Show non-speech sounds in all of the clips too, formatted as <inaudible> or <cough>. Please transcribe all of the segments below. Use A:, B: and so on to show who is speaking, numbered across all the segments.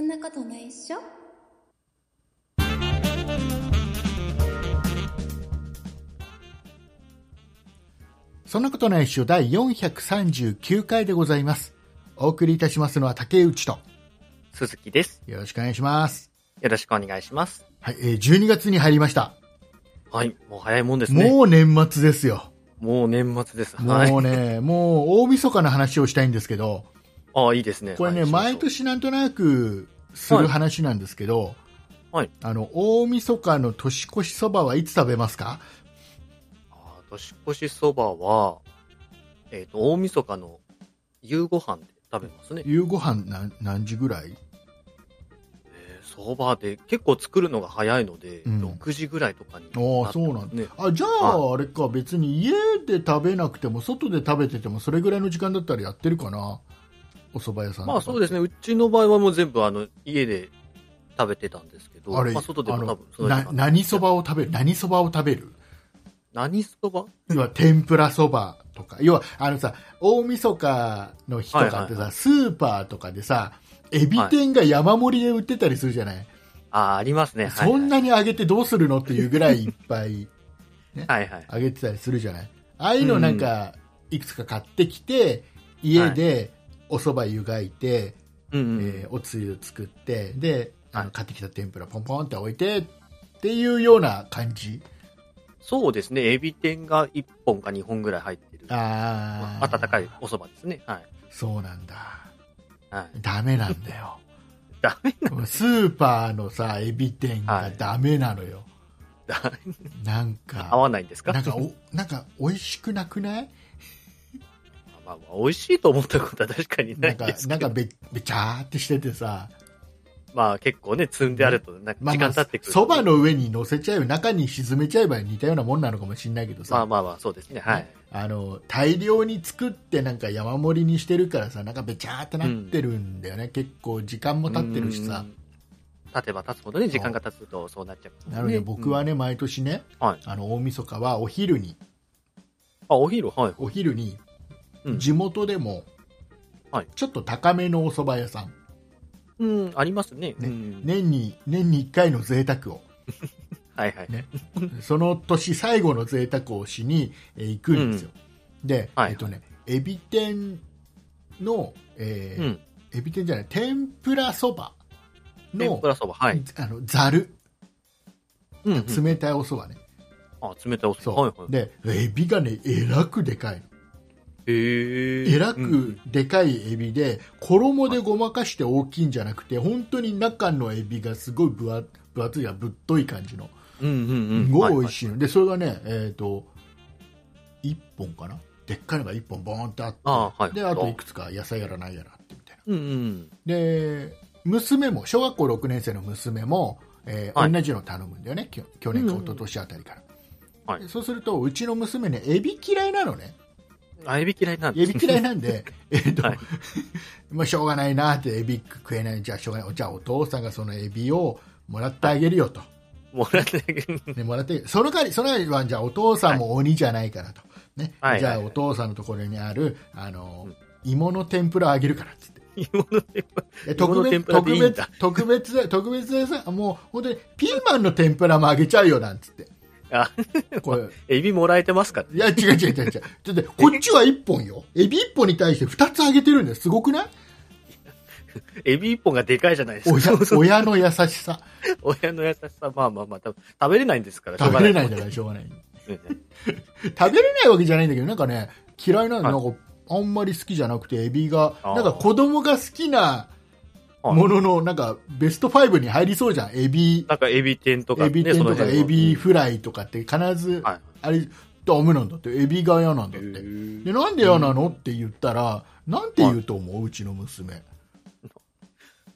A: んなことないっしょ
B: そんなことないっしょ第439回でございます。お送りいたしますのは竹内と。
C: 鈴木です。
B: よろしくお願いします。
C: よろしくお願いします。
B: はい、えー12月に入りました。
C: はい、もう早いもんですね。も
B: もう年末ですよ。
C: う年末です。はい。
B: もうね、もう大晦日の話をしたいんですけど、
C: ああ、いいですね。
B: これね、
C: はい
B: 毎。年なんとなくする話なんですけど、
C: はい
B: あの、大晦日の年越しそばはいつ食べますか
C: ああ年越しそばは、えっ、と、大晦日の夕ご飯で食べますね。
B: 夕ご飯なん何時ぐらい
C: えーそばで結構作るのが早いので、
B: うん
C: 6時ぐらいとかになって
B: ああ
C: ます
B: そ
C: ね。
B: うなんだ、あじゃああれか別に家で食べなくても外で食べててもそれぐらいの時間だったらやってるかなお蕎麦屋さんとか
C: まあそうですね。うちの場合はもう全部あの、家で食べてたんですけど、
B: あれ、
C: まあ外でも多分
B: あのな何そばを食べる何そばを食べる
C: 何そば
B: 要は天ぷらそばとか要はあのさ大晦日の日とかってさ、
C: はいはいは
B: スーパーとかでさエビ天が山盛りで売ってたりするじゃない、
C: ああ、ありますね。はいは
B: そ
C: い
B: んなに揚げてどうするのっていうぐらいいっぱい
C: はいはい。
B: あげてたりするじゃないああいうのなんかいくつか買ってきて、家でお蕎麦湯がいて、
C: うんうん。
B: えーおつゆ作ってであ
C: は
B: の
C: い
B: 買ってきた天ぷらポンポンって置いてっていうような感じ
C: そうですね。エビ天が1本か2本ぐらい入ってる。
B: あー
C: 温かいお蕎麦ですね。はい。
B: そうなんだ
C: はい、
B: ダメなんだよ
C: ダメな、
B: スーパーのさエビ天がダメなのよ、
C: だ
B: なん
C: 合
B: か
C: わないんですか
B: なんかおなんか美味しくなくない
C: まあまあ、美味しいと思ったことは確かにな
B: なん
C: い
B: か
C: です
B: な
C: け
B: んか
C: ど、
B: べべちゃーってしててさ
C: まあ結構ね、積んであると、なんか時間経ってくると。
B: そばの上に乗せちゃえば中に沈めちゃえば似たようなもんなのかもしれないけどさ、
C: まあまあまあ、そうですね。はい。
B: あの大量に作ってなんか山盛りにしてるからさなんかべちゃーってなってるんだよね、結構時間も経ってるしさ
C: うん。経てば経つほどね、時間が経つとそうなっちゃう、
B: なので僕はね、毎年ね
C: うん、はい。
B: あの大晦日はお昼に
C: あ、お昼、はい。
B: お昼に
C: うん
B: 地元でも
C: はい
B: ちょっと高めのお蕎麦屋さん、
C: うん、ありますね。うん。
B: 年に年に1回の贅沢を
C: はいはい。
B: ねその年最後の贅沢をしに、えー行くんですよ、で、
C: はい
B: えっとねエビ天の、え
C: う
B: ー
C: ん。
B: エビ天じゃない天ぷらそば
C: 天
B: の
C: ぷらそば、はい。
B: あのざる
C: うん、うん。
B: 冷たいおそばね、
C: あ、冷たいおそ
B: そう、
C: ば。はいはい。
B: でエビがねえらくでかいの
C: へー
B: えら
C: う
B: く
C: ん
B: でかいエビで衣でごまかして大きいんじゃなくて本当に中のエビがすごい分厚分厚いやぶっとい感じの
C: うんうんうん。
B: すごい美味
C: い。
B: しいの、でそれがねえっ、と1本かなでっかいのが1本ボーンってあって
C: あはい
B: であといくつか野菜やらないやらあってみたいな
C: うんうん。
B: で娘も小学校6年生の娘も、えー
C: はい
B: 同じの頼むんだよねきょ去年か一昨年あたりから、
C: はい
B: でそうするとうちの娘ねエビ嫌いなのね
C: あ、エビ嫌いなんで
B: エ
C: す
B: ビ嫌いなん
C: <laughs>
B: でえっと、
C: はい
B: <laughs> まあ、しょうがないなってエビ食えないじゃあしょうがないじゃあお父さんがそのエビをもらってあげるよと、
C: <laughs> もらってあげる。
B: ね、もらってその代わりその代わりはじゃあお父さんも鬼じゃないからと、ね
C: はいはい
B: じゃあお父さんのところにあるあの、芋の天ぷらあげるからっつって
C: <laughs> 芋の天ぷら。
B: え
C: 芋
B: 特
C: の天
B: 別
C: ぷら
B: 特
C: でいいん
B: 別
C: だ
B: 特別で特別でさもう本当にピーマンの天ぷらもあげちゃうよなんつって
C: あ、
B: こ
C: <laughs>
B: れ
C: エビもらえてますから。
B: いや違う違う違う違うだってこっちは1本
C: <laughs>
B: よエビ1本に対して2つあげてるんですすごくない
C: エビ一本がでかいじゃないですか。
B: 親
C: そうそう
B: 親の優しさ
C: 親の優しさ、まあまあまあ、多分食べれないんですから、
B: 食べれない
C: し
B: じ
C: ょ
B: ゃないしょうがない
C: うん
B: 食べれないわけじゃないんだけどなんかね嫌いなんだ、
C: はい
B: なんかあんまり好きじゃなくてエビが
C: あー
B: なんか子供が好きなもののなんかベスト5に入りそうじゃんエビ
C: なんかエビ天とか、ね、
B: エビ天と
C: そ
B: か
C: の辺
B: エ
C: の
B: ビフライとかって必ず
C: はい。
B: あれダメなんだってエビが嫌なんだってでなんで嫌なのって言ったらなんて言うと思ううちの娘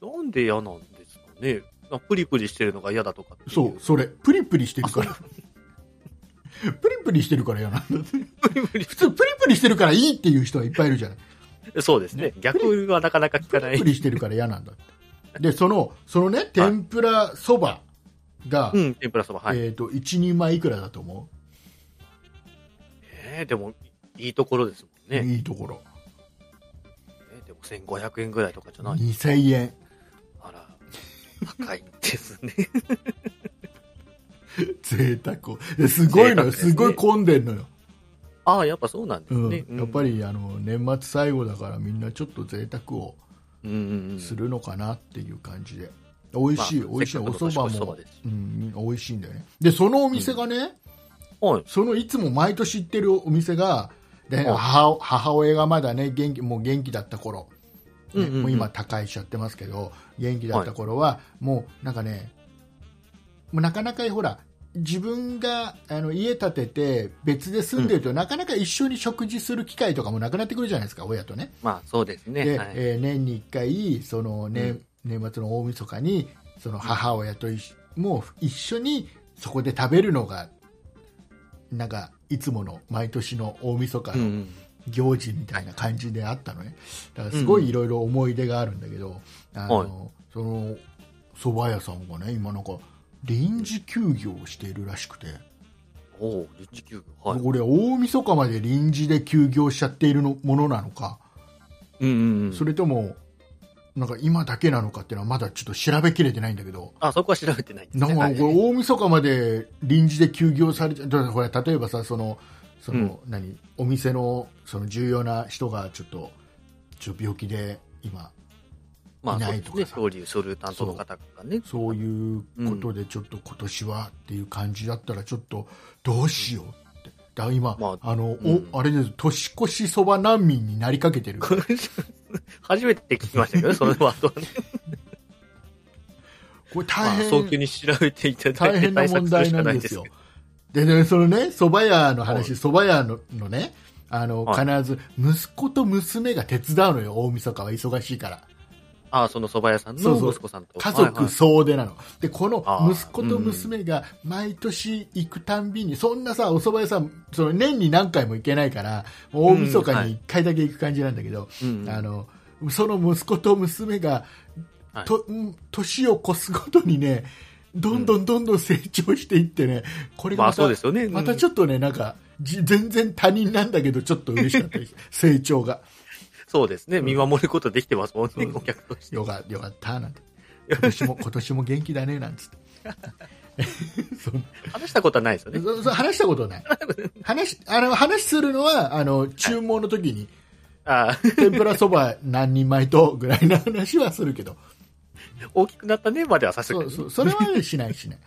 C: なんで嫌なんですかね。なんかプリプリしてるのが嫌だとかってい
B: そう。それプリプリしてるから <laughs> プリプリしてるから嫌なんだって
C: <laughs> プリプリ
B: 普通プリプリしてるからいいっていう人はいっぱいいるじゃない
C: そうですね。逆はなかなか聞か
B: プ
C: な
B: リ
C: い
B: プ。リしてるから嫌なんだってでそのそのね天ぷらそばが、
C: うん、天ぷらそば、はい。
B: えー、と一人前いくらだと思
C: えー、でも、いいところですもん
B: う、
C: ね。
B: いいところ
C: えーでも、1500円ぐらいとかじゃない。
B: 2000円
C: あら、高いですね。
B: 贅沢えすごいのよ、
C: 贅沢ですね
B: すごい混んでんのよ、
C: <laughs> ああ、やっぱそうなんです
B: うん
C: ね。うん
B: やっぱ。りあの年末最後だからみんなちょっと贅沢を
C: うんうんうん。
B: するのかなっていう感じで美味しい、
C: まあ
B: 美味しい
C: せっ
B: お
C: かく
B: 蕎麦
C: の年越しそ
B: も
C: ばですし
B: うん、美味しいんだよねでそのお店がね、
C: はい。
B: そのいつも毎年行ってるお店がで
C: はい
B: 母母親がまだね元気もう元気だった頃、ね
C: うんうんうん
B: もう今他界しちゃってますけど元気だった頃は、もうなんかねもうなかなかほら自分があの家建てて別で住んでると、なかなか一緒に食事する機会とかもなくなってくるじゃないですか親とね。
C: まあそうですね。
B: で、
C: はい
B: えー年に1回その、ね
C: うん
B: 年末の大晦日にその母親と一緒もう一緒にそこで食べるのがなんかいつもの毎年の大晦日
C: うんう
B: の
C: ん。
B: 行事みたいな感じであったのねだからすごいいろいろ思い出があるんだけど、あの
C: はい
B: その蕎麦屋さんがね今なんか臨時休業をしているらしくて、
C: おお、リッチ休業。はい。
B: 俺大晦日まで臨時で休業しちゃっているのものなのか、
C: うんうんうん。
B: それともなんか今だけなのかっていうのはまだちょっと調べきれてないんだけど
C: あ、そこは調べてないんです
B: な
C: ね。
B: ん
C: は
B: か
C: い
B: これ大晦日まで臨時で休業されちゃだからほら例えばさそのその、何お店のその重要な人がちょっとちょっと病気で今
C: まあ、
B: い
C: そ
B: な
C: う
B: い
C: で
B: とか
C: す
B: さ
C: ね。漂流、書類担当の方がね。 <laughs>
B: そういうことでちょっと今年はっていう感じだったらちょっとどうしようってだから今、
C: ま
B: あ、の、
C: うん
B: おあれです年越しそば難民になりかけて
C: <laughs>
B: る
C: 初めて聞きましたけ
B: <laughs>
C: どね、そのワードはね。
B: これ大
C: まあ、
B: 変、
C: 早急に調べていただ
B: 大
C: いて
B: 変な
C: 対
B: 問
C: 策する
B: 題
C: し
B: な
C: かない
B: ん
C: ん
B: で
C: ですす
B: よ
C: よ。。
B: でね、そのね、蕎麦屋の
C: はい
B: 話、蕎麦屋ののね、あの、必
C: は
B: ず、息子と娘が手伝うのよ、大晦日は忙しいから。
C: ああ、その蕎麦屋さん
B: そうそ
C: の
B: う
C: 息子さんと。
B: 家
C: はいは
B: 族
C: い
B: 総出なの。で、こ
C: あ
B: の
C: ー
B: 息子と娘が毎年行くたんびに、そんなさ、お蕎麦屋さん、その年に何回も行けないから、大晦日に1回だけ行く感じなんだけど、
C: うんうん
B: あの、その息子と娘が、
C: はい
B: とうん年を越すごとにね、どんどんどんどん成長していってね、これが
C: まあ
B: また
C: そうですよね。
B: また
C: ょ
B: ちょっとね、なんか、じ全然他人なんだけど、ちょっと嬉しか
C: <laughs>
B: ったです。成長が。
C: そうですね。
B: ん
C: 見守ることできてますもんね
B: う、ん
C: お客として。
B: よかよかった、なんて。今年も、今年も元気だね、なんつって。 <laughs> そ
C: 話したことはないですよね。
B: そそ話したことない。話、あの、話するのは、あの、注文の時に、
C: ああ、
B: 天ぷらそば何人前と、ぐらいの話はするけど。
C: <laughs> 大きくなったねまではさす
B: そ
C: が
B: う、
C: に。
B: そう、それはしないしね。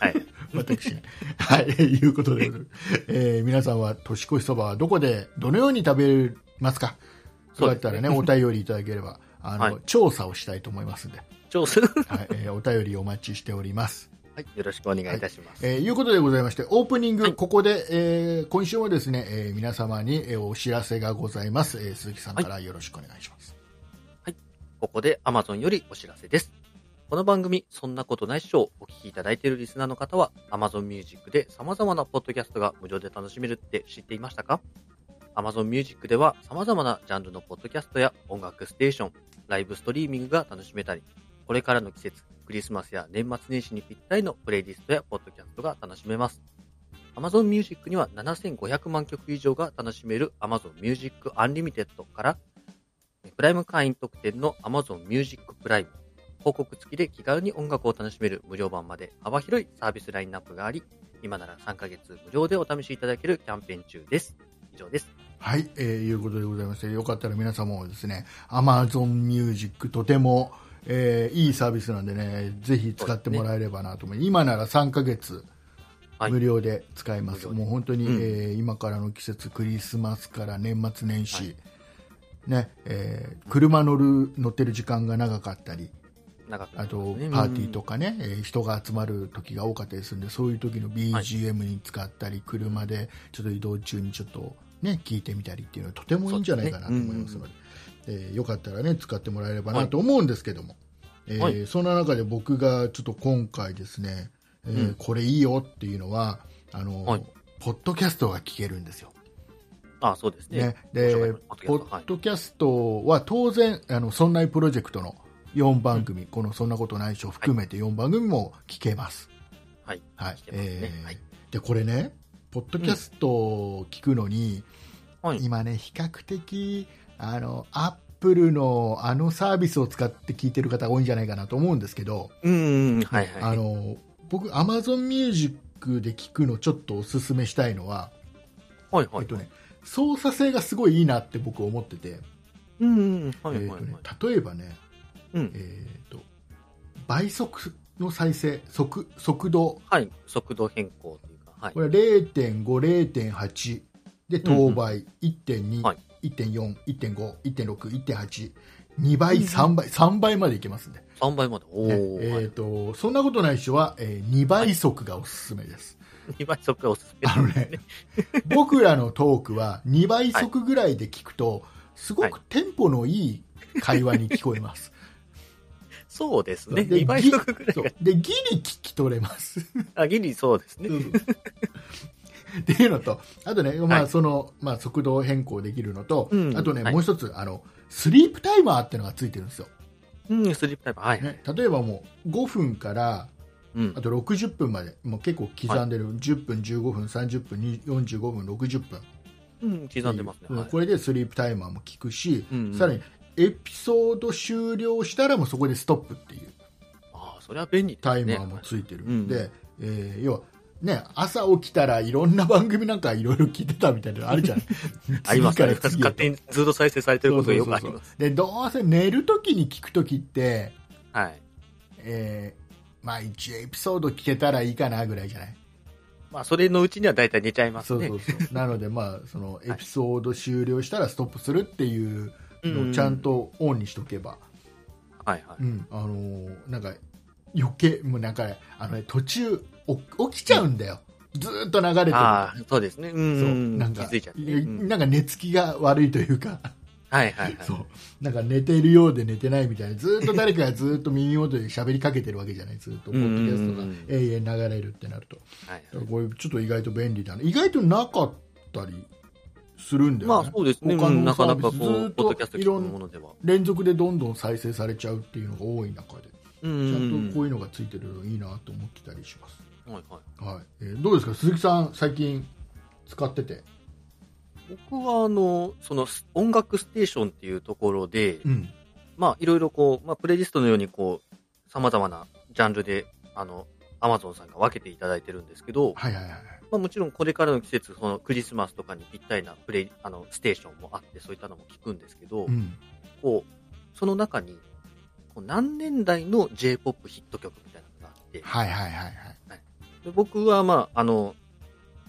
C: はい。
B: 私ね。 <laughs> はい、いうことでございます、えー皆さんは年越しそばはどこで、どのように食べますかそうだったらね、お便りいただければ、あの、
C: はい
B: 調査をしたいと思いますんで、
C: 調査。は
B: はい、えーお便りお待ちしております。
C: い。よろしくお願いいたします。
B: えーいうことでございまして、オープニング、
C: はい
B: ここで、えー今週もですね、えー皆様に、えーお知らせがございます、えー鈴木さんからよろしくお願いします。
C: ここで Amazon よりお知らせです。この番組、そんなことないっしょをお聞きいただいているリスナーの方は、Amazon Music で様々なポッドキャストが無料で楽しめるって知っていましたか ?Amazon Music では様々なジャンルのポッドキャストや音楽ステーション、ライブストリーミングが楽しめたり、これからの季節、クリスマスや年末年始にぴったりのプレイリストやポッドキャストが楽しめます。Amazon Music には7500万曲以上が楽しめる Amazon Music Unlimited からプライム会員特典の Amazon Music プライム、広告付きで気軽に音楽を楽しめる無料版まで幅広いサービスラインナップがあり、今なら3ヶ月無料でお試しいただけるキャンペーン中です。以上です。
B: はい、えーいうことでございまして、よかったら皆様もですね、Amazon Music とても、えーいいサービスなんでね、ぜひ使ってもらえればなと思います。今なら3ヶ月
C: はい
B: 無料で使えます。
C: 無料で
B: もう本当に、
C: うん
B: えー今からの季節、クリスマスから年末年始、
C: はい
B: ね、えー車乗る、乗ってる時間が長かったり、
C: 長くな
B: あ
C: り
B: と
C: ますね
B: パーティーとかね、えー人が集まる時が多かったりするんでそういう時の BGM に使ったり、車でちょっと移動中にちょっとね聞いてみたりっていうのはとてもいいんじゃないかなと
C: そうです
B: 思
C: ね
B: いますのでえーよかったらね使ってもらえればなと思うんですけども、えー
C: は
B: そんな中で僕がちょっと今回ですね、えー
C: うん
B: これいいよっていうのはあの、
C: はい
B: ポッドキャストが聞けるんですよ。
C: あそうですね。
B: ね、でポ
C: ご紹介します
B: ッドキャストは当然、あのそんないプロジェクトの4番組、この「そんなことないっしょ」含めて4番組も聞けます。
C: はい。
B: はい
C: 聞けますね
B: えー
C: はい
B: でこれね、ポッドキャストを聞くのに、
C: はい。
B: 今ね、比較的あのアップルのあのサービスを使って聞いてる方多いんじゃないかなと思うんですけど、
C: うんうん、はいはい。
B: あの僕、Amazon Music で聞くのちょっとおすすめしたいのは、
C: はいはい。
B: えっとね、操作性がすごいいいなって僕思ってて、
C: うんうん、はいはい
B: えっ
C: は
B: と
C: い。
B: ね、例えばね、
C: うん。
B: えっと倍速の再生速速度
C: はい、速度変更というか、はい
B: こ。れは0.5、0.8で等倍、1.2、
C: はい
B: 1.4、1.5、1.6、1.8、2倍、3倍、3倍までいけますね。
C: 3倍まで。お
B: ねえ
C: ー、はい
B: ーとそんなことない人は、えー2倍速がおすすめです。
C: 2倍速がおすすめ
B: あの
C: <laughs>
B: ね、僕らのトークは2倍速ぐらいで聞くと、すごくテンポのいい会話に聞こえます。
C: そうです <laughs> ね。
B: で
C: 2倍速ぐらい
B: そう
C: が。
B: で、ギリ聞き取れます。
C: あ、ギリそうですね。
B: <laughs> っていうのと、あとね、ま
C: は
B: あ
C: い
B: そのまあ、速度変更できるのと、
C: うん
B: あとね、
C: はい
B: もう一つあの、スリープタイマーっていうのがついてるんですよ、
C: うん、スリープタイム。はい。
B: ね、例えばもう5分から
C: うん
B: あ。と60分まで、もう結構刻んでる、10分、15分、30分、に45分、60分、
C: うん、刻んでますね。
B: うん
C: はい
B: これでスリープタイマーも効くし、
C: うんうん
B: さらにエピソード終了したら、もうそこでストップっていう
C: ああ、それは便利ですね。
B: タイマーもついてるんで、
C: ね
B: えー要は、ね、朝起きたらいろんな番組なんかいろいろ聞いてたみたいなの <laughs> あるじゃない
C: あります、あります。
B: 次から
C: 勝
B: 次へ
C: 手にずっと再生されてることがよくあり
B: そうそう
C: ます。
B: でどうせ寝るときに聞くときって、
C: はい。
B: えーまあ、1エピソード聞けたらいいかなぐらいじゃない
C: まあ、それのうちには大体寝ちゃいます
B: そう
C: ね
B: そ。うそう <laughs> なので、まあ、そのエピソード終了したらストップするっていうのをちゃんとオンにしとけば、
C: はいはい。
B: うん、あのーなんか余計もうなんかあのね途中お起きちゃうんだよ、ずーっと流れてる
C: ああ、そうですね。う
B: そ
C: ん
B: う
C: うん。
B: なん
C: 気
B: か
C: づいちゃって。
B: いや
C: うん
B: なんか寝つきが悪いというか、
C: はいはいはい。
B: そうなんか寝ているようで寝てないみたいなずーっと誰かがずーっと耳元で喋りかけてるわけじゃないずーっとポッドキャスト
C: う
B: が
C: んうん
B: 永遠流れるってなると
C: はい
B: だからこれちょっと意外と便利だな意外となかったりするんだよ
C: ま
B: ね、
C: あそうですね。
B: 他の
C: うんなかなかこう、
B: サ
C: ポ
B: ービスず
C: ッ
B: っと
C: ドキャスト聞くものでは。
B: 連続でどんどん再生されちゃうっていうのが多い中でちゃ
C: うんうんん
B: とこういうのがついてるのいいなと思ってたりします、
C: うん。はいはい。
B: はいえーどうですか鈴木さん最近使ってて、
C: 僕はあの、その音楽ステーションっていうところで、
B: うん
C: まあいろいろこう、まあプレイリストのようにこう、様々なジャンルで、あの、アマゾンさんが分けていただいてるんですけど、
B: はいはいはいはい
C: まあ、もちろんこれからの季節、そのクリスマスとかにぴったりなプレイあのステーションもあって、そういったのも聞くんですけど、
B: うん
C: こうその中にこう何年代の j p o p ヒット曲みたいなのがあって、
B: はいはいはいはい
C: で僕は、まあ、あの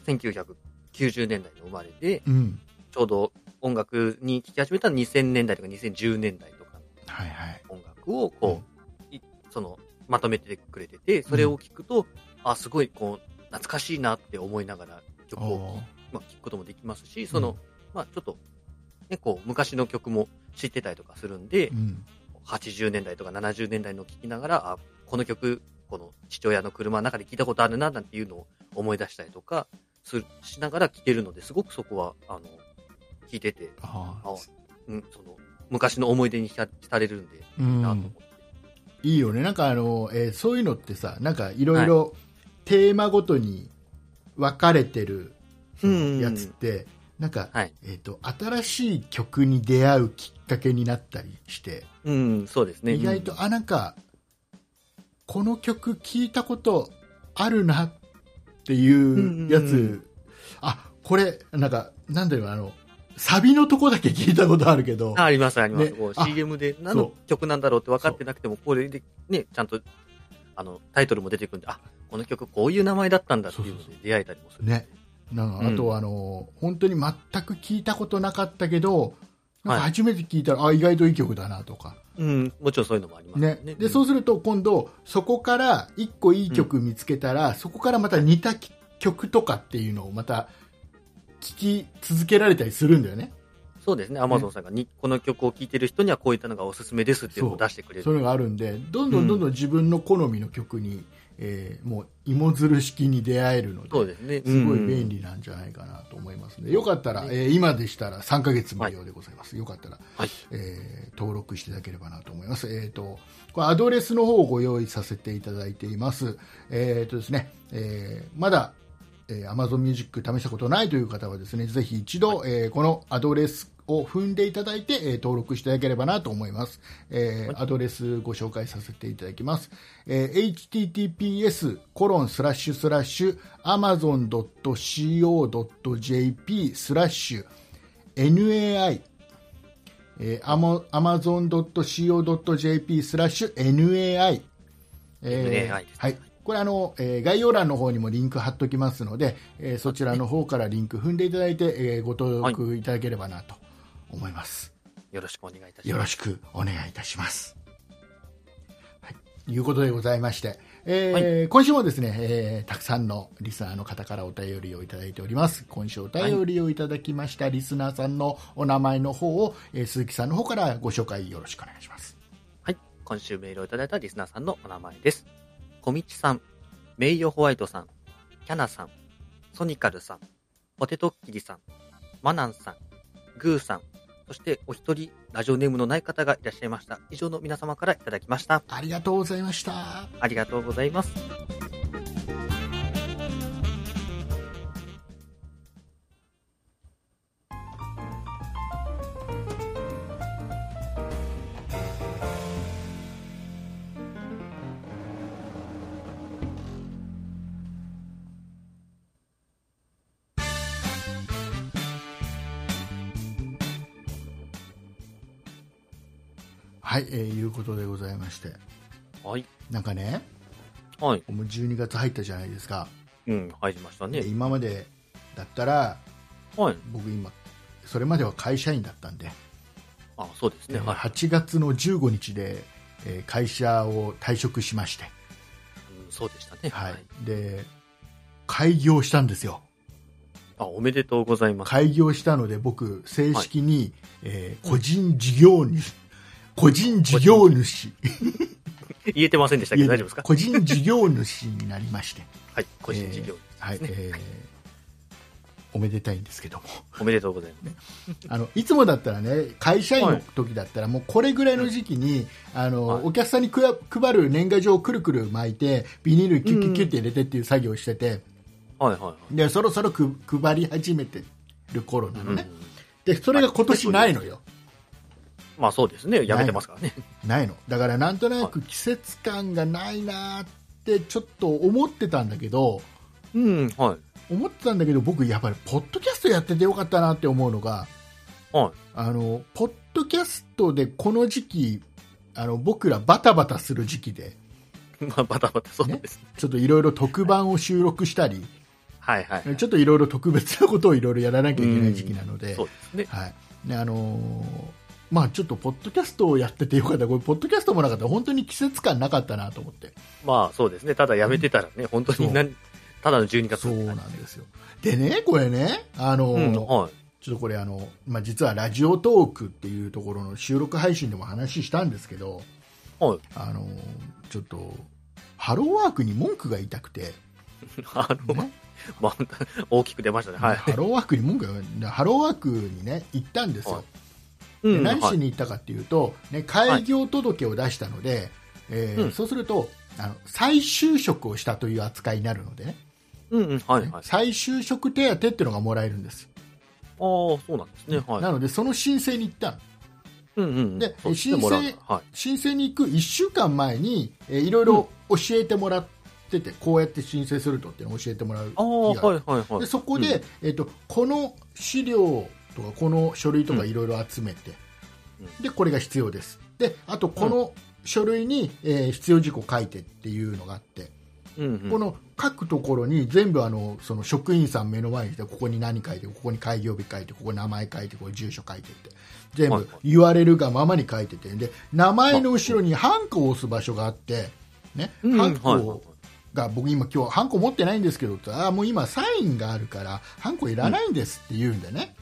C: 1990年代の生まれで、
B: うん
C: ちょうど音楽に聴き始めたのは2000年代とか2010年代とか
B: はいはい
C: の音楽をこう、いそのまとめてくれてて、それを聞くと、あ、すごいこう懐かしいなって思いながら曲を聴いて
B: おー
C: まあ、聞くこともできますし、その、
B: うん
C: まあ、ちょっと、ね、こう、昔の曲も知ってたりとかするんで、
B: うん
C: 80年代とか70年代の聞きながら、あ、この曲、この父親の車の中で聞いたことあるな、なんていうのを思い出したりとか、するしながら聴けるので、すごくそこは、あの、聞いてて、
B: あ
C: あ
B: あ
C: うん、その、昔の思い出に浸浸れるんで、
B: う
C: いいなと
B: ん
C: 思って。
B: いいよね、なんかあの、えーそういうのってさ、なんかいろいろテーマごとに分かれてるそ
C: うんうんう
B: の
C: ん
B: やつって、なんか、
C: はい
B: えーと、新しい曲に出会うきっかけになったりして、
C: うん、そうですね。
B: 意外と、
C: うん
B: あ、なんか、この曲聞いたことあるなっていうやつ、
C: うんうんうん
B: あこれ、なんか、なんだろう、あの、サビのとこだけ聞いたことあるけど、
C: ああります、ありま
B: ね
C: す。こう
B: あ
C: CM で何の曲なんだろうって分かってなくても、これでね、ちゃんとあのタイトルも出てくるんで、あこの曲こういう名前だったんだっていうの
B: そう
C: で出会えたりもする。
B: ね、なんかあとはあの、本当に全く聞いたことなかったけど、なんか
C: はい
B: 初めて聞いたら、あ意外といい曲だなとか、
C: うん、もちろんそういうのもあります
B: ね
C: ね。ね
B: でそううすると今度、そこから1個いい曲見つけたら、そこからまた似た曲とかっていうのをまた聞き続けられたりするんだよね、
C: んそうですね、アマゾンさんがにこの曲を聴いてる人にはこういったのがおすすめですっていうのを出してくれ
B: そう
C: る。
B: いうのがあるんで、どんどんどんどん自分の好みの曲に、えーもう芋づる式に出会えるので。
C: そうですね。
B: すごい便
C: 利。
B: 利なんじゃないかなと思いますので、よかったら、えー今でしたら3ヶ月無料でございます。よかったら、
C: はい
B: えー登録していただければなと思います。えっ、と、これアドレスの方をご用意させていただいています。えっ、とですね、えーまだ、えー Amazon Music 試したことないという方はですね、ぜひ一度、えーこのアドレスを踏んでいただいて、えー登録していただければなと思います、えーアドレスご紹介させていただきます、えー https コロンスラッシュスラッシュ amazon.co.jp スラッシュ NAI えー、amazon.co.jp スラッシュ NAI、えー
C: NAI です
B: はい、これあの、えー概要欄の方にもリンク貼っときますので、えーそちらの方からリンク踏んでいただいて、えーご登録いただければなと思います、
C: よろしくお願いいたし
B: よ
C: ま
B: ろ
C: す。
B: しくお願いいたします。はい、いうことでございまして、えー今週もですね、えーたくさんのリスナーの方からお便りをいただいております。今週お便りをいただきましたリスナーさんのお名前の方を、えー鈴木さんの方からご紹介よろしくお願いします。
C: はい。今週メールをいただいたリスナーさんのお名前です。小道さん、名誉ホワイトさん、キャナさん、ソニカルさん、ポテトッキリさん、マナンさん、グーさん、そしてお一人、ラジオネームのない方がいらっしゃいました。以上の皆様からいただきました。
B: ありがとうございました。
C: ありがとうございます。
B: はい、えーいうことでございまして、
C: はい。
B: なんかね、
C: はい。
B: もう12月入ったじゃないですか。
C: うん、入りましたね
B: で。今までだったら、
C: はい。
B: 僕今、それまでは会社員だったんで、
C: あ、そうですね。
B: えー
C: はい。
B: 8月の15日で、えー会社を退職しまして、
C: うんそうでしたね。
B: はい。で開業したんですよ
C: あ、おめでとうございます。
B: 開業したので僕正式に、えー個人事業主個人事業主
C: 言えてませんでしたけど、大丈夫ですか
B: 個人事業主になりまして
C: はい。 <laughs> 個人事業
B: え。ーはい、えーおめでたいんですけども
C: おめでとうございます。
B: あのいつもだったらね会社員
C: は
B: の
C: い
B: 時だったらもうこれぐらいの時期に、あの
C: はい
B: お客さんにくわ配る年賀状をくるくる巻いてビニールキュッキュッキュッって入れてっていう作業をしてて、
C: はいはいはい。
B: でそろそろく配り始めてる頃なのね、でそれが今年ないのよ、
C: まあそうですね。やめてますからね。
B: ないのだからなんとなく季節感がないなーってちょっと思ってたんだけど
C: うん、はい。
B: 思ってたんだけど僕やっぱりポッドキャストやっててよかったなって思うのが
C: は
B: あのポッドキャストでこの時期あの僕らバタバタする時期で
C: い。 <laughs> まあバタバタそうです。ね、
B: ちょっといろいろ特番を収録したり、
C: はいはい。
B: ちょっといろいろ特別なことをいろいろやらなきゃいけない時期なので、
C: そうですね。
B: はいねあのーまあ、ちょっとポッドキャストをやっててよかった、これポッドキャストもなかったら本当に季節感なかったなと思って、
C: まあそうですね。ただやめてたらね、本当に何、ただの12月
B: そ
C: っ
B: う
C: て
B: な
C: 感じ
B: んですよ。でね、これね、あのー
C: うん、はい。
B: ちょっとこれあの、まあ、実はラジオトークっていうところの収録配信でも話したんですけど、
C: はい。
B: あのーちょっとハローワークに文句が言いたく
C: <laughs>
B: て、
C: あの、
B: ね
C: <laughs> まあ大きく出ましたね。はい。
B: ハローワークに文句がハローワークにね行ったんですよ。
C: はい
B: で
C: うん、
B: 何
C: は
B: し
C: い。
B: に行ったかっていうと、ね、開業届を出したので、えー
C: うん
B: そうするとあの再就職をしたという扱いになるので、ね
C: うんうん、はいはい。ああ、
B: 再就職手当っていうのがもらえるんです、
C: そうなんですね。は。
B: ないのでその申請に行ったの
C: うんうん。
B: で
C: そうしてもらう
B: 申請
C: はい。
B: 申請に行く1週間前に、えーいろいろ教えてもらってて、こうやって申請するとっていうのを教えてもらう日
C: ああ、
B: が
C: はいはいは
B: で
C: い。
B: そこで、えっとこの資料とかこの書類とかいろいろ集めて、
C: う
B: でこれが必要ですであとこの書類に、えー必要事項書いてっていうのがあって、
C: うんうん、
B: この各ところに全部あのその職員さん目の前にしてここに何書いてここに開業日書いてここに名前書いてここに住所書いてって全
C: はい
B: 部
C: はい
B: 言われるがままに書いててで名前の後ろにハンコを押す場所があって、ね
C: うん、
B: ハ
C: はい
B: ンコ
C: はい
B: をが僕今今日ハンコ持ってないんですけどってあーもう今サインがあるからハンコいらないんですって言うんでね、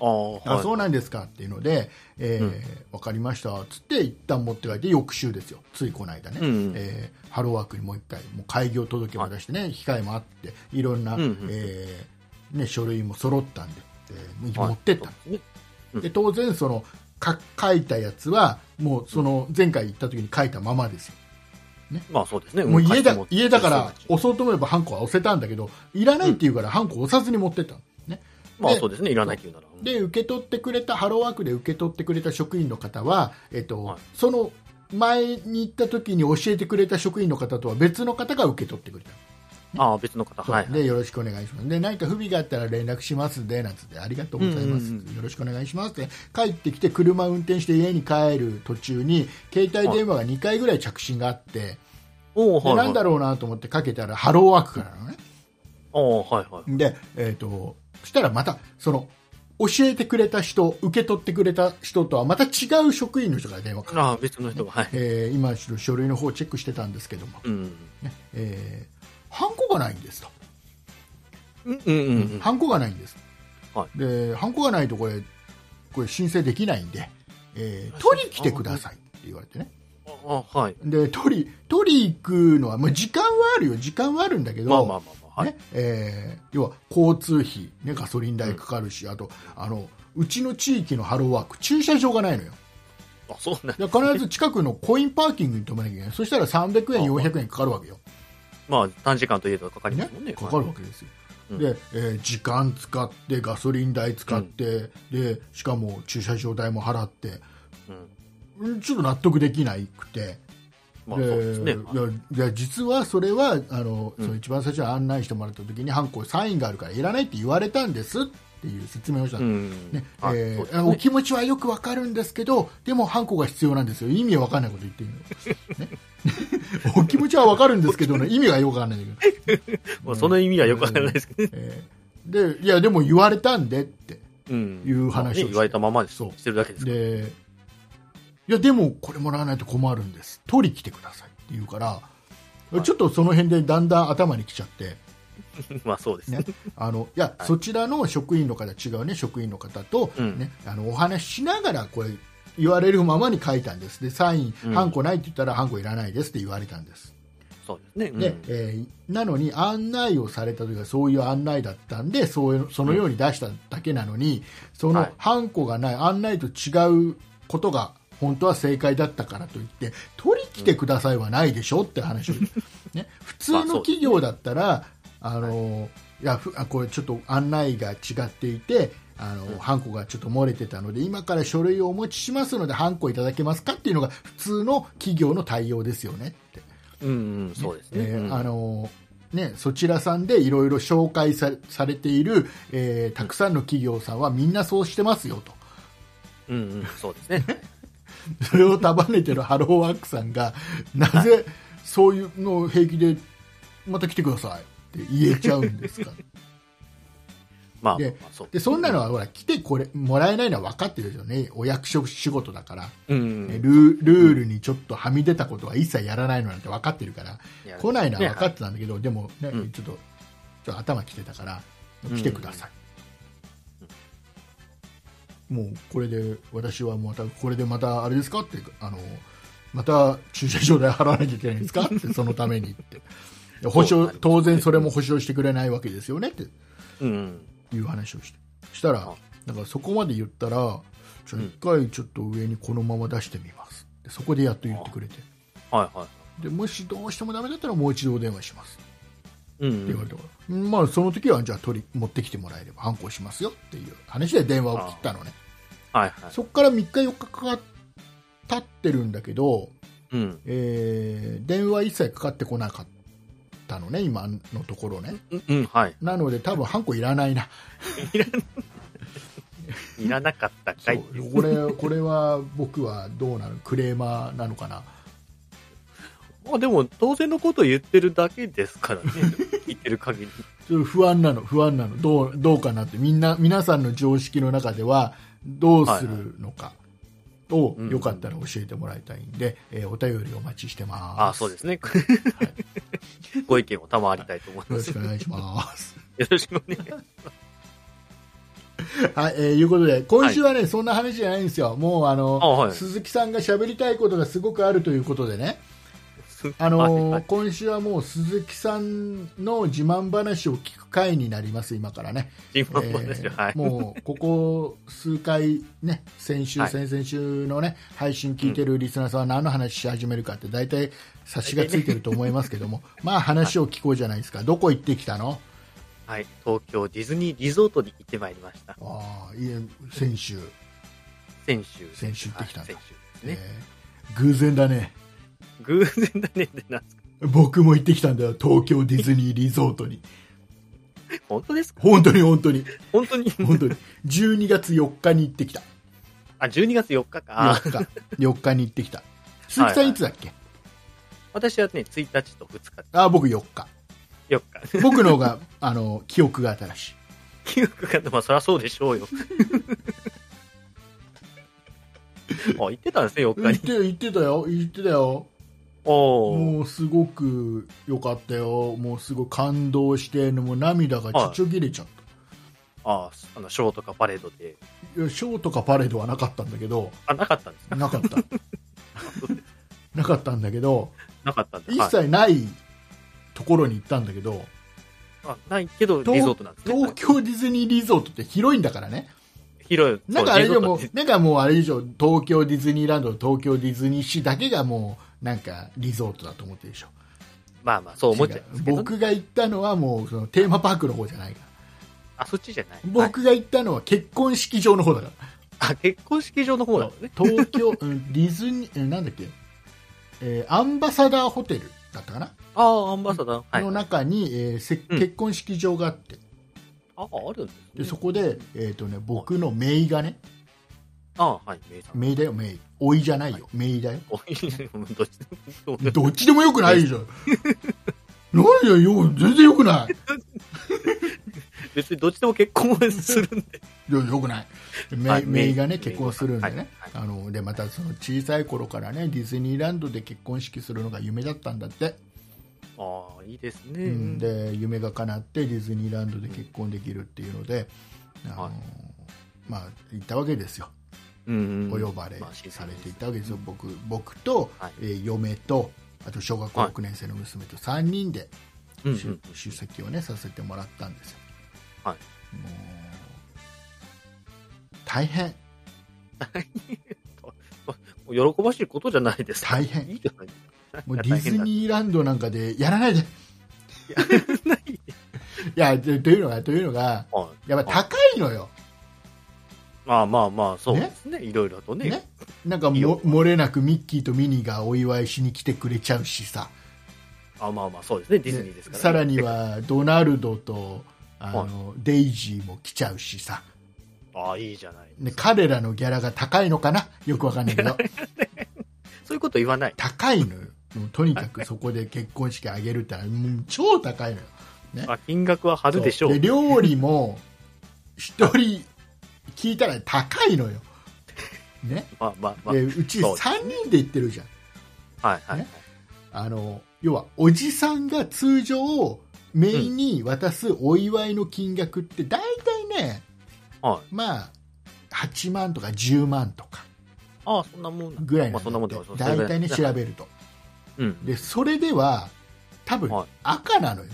C: ああ、はい。
B: あそうなんですかっていうので、えー
C: うん
B: 分かりましたっつって一旦持って帰って翌週ですよついこの間ね、
C: うんうん
B: えーハローワークにもう一回もう開業届も出してね、機会もあっていろんな、
C: うんうん
B: えーね、書類も揃ったんで、えー
C: はい
B: 持ってったの、
C: そうですねうん
B: で当然そのか書いたやつはもうその前回行った時に書いたままですよ
C: まあそうですね。
B: もう家だ
C: 貸しても
B: 家だから
C: そうですね
B: 押そうと思えばハンコは押せたんだけどいらないって言うからハンコ押さずに持ってったのね
C: まあ
B: で
C: そうですね、いらないっていうなら。うん
B: で受け取ってくれたハローワークで受け取ってくれた職員の方は、えっと
C: はい
B: その前に行った時に教えてくれた職員の方とは別の方が受け取ってくれた、
C: ああ、別の方、はい、は
B: で
C: い。
B: よろしくお願いしますで何か不備があったら連絡しますでなんつってありがとうございます、
C: うんうんうん
B: よろしくお願いしますって帰ってきて車運転して家に帰る途中に携帯電話が2回ぐらい着信があって、
C: おお
B: で
C: はい、はい。
B: なんだろうなと思ってかけたらハローワークからなのね
C: おーはい、はい。
B: で、えー、とそしたらまたその教えてくれた人受け取ってくれた人とはまた違う職員の人が電話かかる、
C: ああ、別の人が、はい。
B: えー今ちょっと書類の方をチェックしてたんですけども、
C: うん。
B: えー、ハンコがないんですと、
C: うん、うん、うんうん。
B: ハンコがないんです、
C: は
B: でハンコがないとこれこれ申請できないんで、えー取りに来てくださいって言われてね
C: ああ、はい。
B: で取り取り行くのは、まあ、時間はあるよ時間はあるんだけど、
C: まあまあまあまあ、はい。
B: ねえー要は交通費、ね、ガソリン代かかるし、あとあのうちの地域のハローワーク駐車場がないのよ
C: あ、そうね。
B: だから必ず近くのコインパーキングに止めなきゃいけないそしたら300円、400円かかるわけよ、
C: まあ、短時間といえばかかります
B: ね
C: もんね。
B: かかるわけですよ、
C: うん
B: でえー時間使ってガソリン代使って、でしかも駐車場代も払って
C: うん。
B: うんちょっと納得できないくて。
C: まあ、そうですね。
B: いやいや実はそれはあの、
C: うん
B: その一番最初に案内してもらった時にハンコサインがあるからいらないって言われたんですっていう説明をしたの
C: うん。
B: ね
C: はい
B: えー
C: そうで
B: あ
C: すね
B: のお気持ちはよくわかるんですけどでもハンコが必要なんですよ意味わかんないこと言ってるの、ね、 <laughs> お気持ちはわかるんですけど、
C: <laughs>
B: ね、意味がよくわかんないんだけど、
C: まあ、その意味はよくわからないですけどね。
B: えーでいやでも言われたんでって
C: うん。
B: いう話を
C: まあ
B: して
C: ね言われたままです。
B: そう
C: してるだけですから。
B: でいやでもこれもらわないと困るんです取り来てくださいって言うから、
C: はい
B: ちょっとその辺でだんだん頭にきちゃって
C: <laughs> まあ、そうですね
B: ね。あのいや、
C: はい
B: そちらの職員の方違うね職員の方と、
C: うん
B: ねあのお話ししながらこれ言われるままに書いたんですでサイン、
C: うん
B: ハンコないって言ったらハンコいらないですって言われたんです、
C: そうですね。うん
B: でえーなのに案内をされた時はそういう案内だったんでそういうそのように出しただけなのに、そ
C: は
B: の
C: い
B: ハンコがない案内と違うことが本当は正解だったからといって取り来てくださいはないでしょって話を、ね、普通
C: まあ
B: の
C: そうですね
B: 企業だったら、あのいやふあこれちょっと案内が違っていてあの、
C: うん
B: ハンコがちょっと漏れてたので今から書類をお持ちしますのでハンコいただけますかっていうのが普通の企業の対応ですよねって。
C: うん、うん、そうですね。
B: えー
C: うん
B: あのね、そちらさんでいろいろ紹介さされている、えーたくさんの企業さんはみんなそうしてますよと、 <laughs>
C: うん、うん、そうですね。
B: それを束ねてるハローワークさんが、なぜそういうのを平気で、また来てくださいって言えちゃうんですか、
C: ま <laughs> あ、ま
B: で
C: あ、そう。
B: でそんなのはほら来てこれもらえないのは分かってるよね、お役所仕事だから、
C: うん、う
B: ね
C: ん。
B: ルールールにちょっとはみ出たことは一切やらないのなんて分かってるから、
C: や
B: 来ないのは分か
C: ね
B: ってたんだけど、でも、ね
C: うん
B: ちょっとちょっと頭きてたから
C: うん
B: 来てください、もうこれで私はまたこれでまたあれですかってあのまた駐車場代払わなきゃいけないんですか
C: <laughs>
B: ってそのためにってで保
C: そ
B: 証
C: うなりますね
B: 当然それも保証してくれないわけですよねって
C: うんう
B: い
C: ん。
B: う話をしてしたら
C: あ
B: だからそこまで言ったらじゃあ一回ちょっと上にこのまま出してみますってそこでやっと言ってくれて
C: はい、はい。
B: でもしどうしてもダメだったらもう一度お電話します
C: うん
B: って
C: う
B: 言わ
C: ん
B: れ、たから、まあその時はじゃあ取り持ってきてもらえれば反抗しますよっていう話で電話を切ったのね
C: はいはい。
B: そこから3日4日かかっ経ってるんだけど、
C: うん。
B: えー電話一切かかってこなかったのね今のところね
C: うん、うん、はい。
B: なので多分ハンコいらないない
C: らなかったかい。
B: そうこれこれは僕はどうなのクレーマーなのかな
C: まあでも、当然のことを言ってるだけですか
B: <laughs>
C: らね。聞いてる限り。
B: ちょっと不安なの不安なのどうどうかなってみんな皆さんの常識の中ではどうするのかを
C: うん
B: よかったら教えてもらいたいんで、えーお便りお待ちしてます
C: ああ、そうですすね。 <laughs> ご意見を賜りたいと思い
B: よ
C: ま
B: ろ
C: す。
B: し
C: よ
B: くお願いします。 <laughs>
C: ろしくお願いします。
B: はい、えーいうことで、今週はね、そんな話じゃないんですよ。もう、あの、
C: あはい
B: 鈴木さんが喋りたいことがすごくあるということでね、 <laughs> あの
C: はいはい
B: 今週はもう鈴木さんの自慢話を聞く回になります、今からね。
C: <laughs> 自慢話
B: え
C: を
B: ー
C: はい。
B: もうここ数回、ね、先週、
C: はい
B: 先々週の、ね、配信聞いてるリスナーさんは何の話し始めるかって大体
C: <laughs>
B: 察しがついてると思いますけども、まあ話を聞こうじゃないですか、どこ行ってきたの、
C: はい、東京ディズニーリゾートに行ってまいりました。
B: ああいいえ先週、
C: 先週。
B: 先週行ってきたんだ
C: はい先週ですね。
B: えー偶然だね
C: 偶然だねってなんですか
B: 僕も行ってきたんだよ東京ディズニーリゾートに
C: 本当ですか
B: 本当に本当に
C: 本
B: <laughs>
C: 当に
B: 本当に12月4日に行ってきた
C: あ、12月4日か。あ
B: 4日4日に行ってきた鈴木さ
C: はいは
B: ん
C: い
B: いつだっけ、
C: 私はね、1日と2日、
B: あ僕4日
C: 4日。
B: 僕の方があの記憶が新しい
C: 記憶が、まあ、そりゃそうでしょ
B: <laughs>
C: うよ。あ、行ってたんですね、
B: 行
C: 4
B: っ
C: 日に。
B: て行ってたよ行ってたよ
C: おー。
B: もうすごく良かったよもうすごい感動してもう涙がちょちょぎれちゃった、
C: ああの、ショーとかパレードで。
B: いやショーとかパレードはなかったんだけど
C: あ、なかったんですか
B: なかった <laughs> なかったんだけど
C: なかったんで
B: 一
C: すはい
B: 切ないところに行ったんだけど、
C: あないけど、
B: 東
C: リゾートなんですね。
B: 東京ディズニーリゾートって広いんだからね
C: 広い。
B: なんかあれ
C: そう
B: で
C: リゾー
B: も
C: トって
B: なんかもうあれ以上東京ディズニーランド東京ディズニーシーだけがもうなんかリゾートだと思ってるでしょ
C: まあまあ、そう思っちゃいますけど、ね。
B: 僕が行ったのはもうそのテーマパークの方じゃないから
C: あ、そっちじゃない。はい
B: 僕が行ったのは結婚式場の方だから
C: あ、結婚式場の方なのね。
B: 東京、 <laughs> うんディズニーえー、なんだっけ、えーアンバサダーホテルだったかな、
C: ああ、アンバサダー。はい。
B: の
C: あ
B: 中に、えーせ
C: うん
B: 結婚式場があって、
C: あ、あるんです、ね。
B: でそこで、えーとね、僕の姪がね、
C: ああ、はい、メイさん。
B: 姪だよ、姪、おいじゃないよ、姪だよ、
C: おいいねどっちでもいいと
B: ど
C: 思う
B: っちでもよくないじゃん、何よ、よ全然よくない、
C: 別にどっちでも結婚するんで。
B: よよくない、
C: は
B: 姪
C: い
B: 姪がね、
C: 姪
B: 結婚するんでね、
C: はい
B: あのでまたその小さい頃からね、ディズニーランドで結婚式するのが夢だったんだって。
C: ああ、いいですね。
B: うん、で夢が叶ってディズニーランドで結婚できるっていうので、あの
C: はい
B: まあ、行ったわけですよ、
C: うん、
B: お呼ばれ
C: まあ新
B: さ
C: 鮮
B: れ
C: です
B: ていたわけですよ、僕僕と、
C: はい
B: えー嫁と、あと小学校
C: はい
B: 6年生の娘と3人で、
C: うんう
B: し
C: ん、
B: 出席を、ね、させてもらったんですよ。
C: はい
B: もう大変、
C: 喜ばしいことじゃないですか。
B: 大変
C: いいじゃないです
B: もうディズニーランドなんかでやらないで。い <laughs> やでというのが、というのが
C: か。はい
B: やっぱ高いのよ、
C: まあまあまあ、そうですね。いろいろとね。
B: ね、なんか
C: いい
B: も
C: よ
B: 漏れなくミッキーとミニーがお祝いしに来てくれちゃうしさ、
C: あまあまあ、そうですね。ディズニーですから、ね。
B: さらに。はドナルドとあの、デイジーも来ちゃうしさ、
C: ああ、いいじゃない。
B: ね、彼らのギャラが高いのかなよくわかんないけど
C: そういうこと言わない。
B: 高いのよもうとにかくそこで結婚式あげるってのはもう超高いのよ
C: あ金額は張るでしょう。
B: で料理も一人聞いたら高いのよ、ね
C: まあまあま
B: でうち
C: そう
B: 3
C: ですね
B: 人で行ってるじゃん
C: あ。はいはい。
B: ねあの要はおじさんが通常メインに渡すお祝いの金額って大体ね、
C: はい。
B: まあ8万とか10万とか
C: ああ、そんなもんなん
B: ぐらい
C: ま
B: な
C: あ、そんなも
B: ん
C: ん
B: だ
C: だ
B: よ
C: よ。そう
B: 大体ね
C: それぐ
B: 調
C: らい
B: べると
C: うん。
B: でそれでは多分
C: はい
B: 赤なのよ、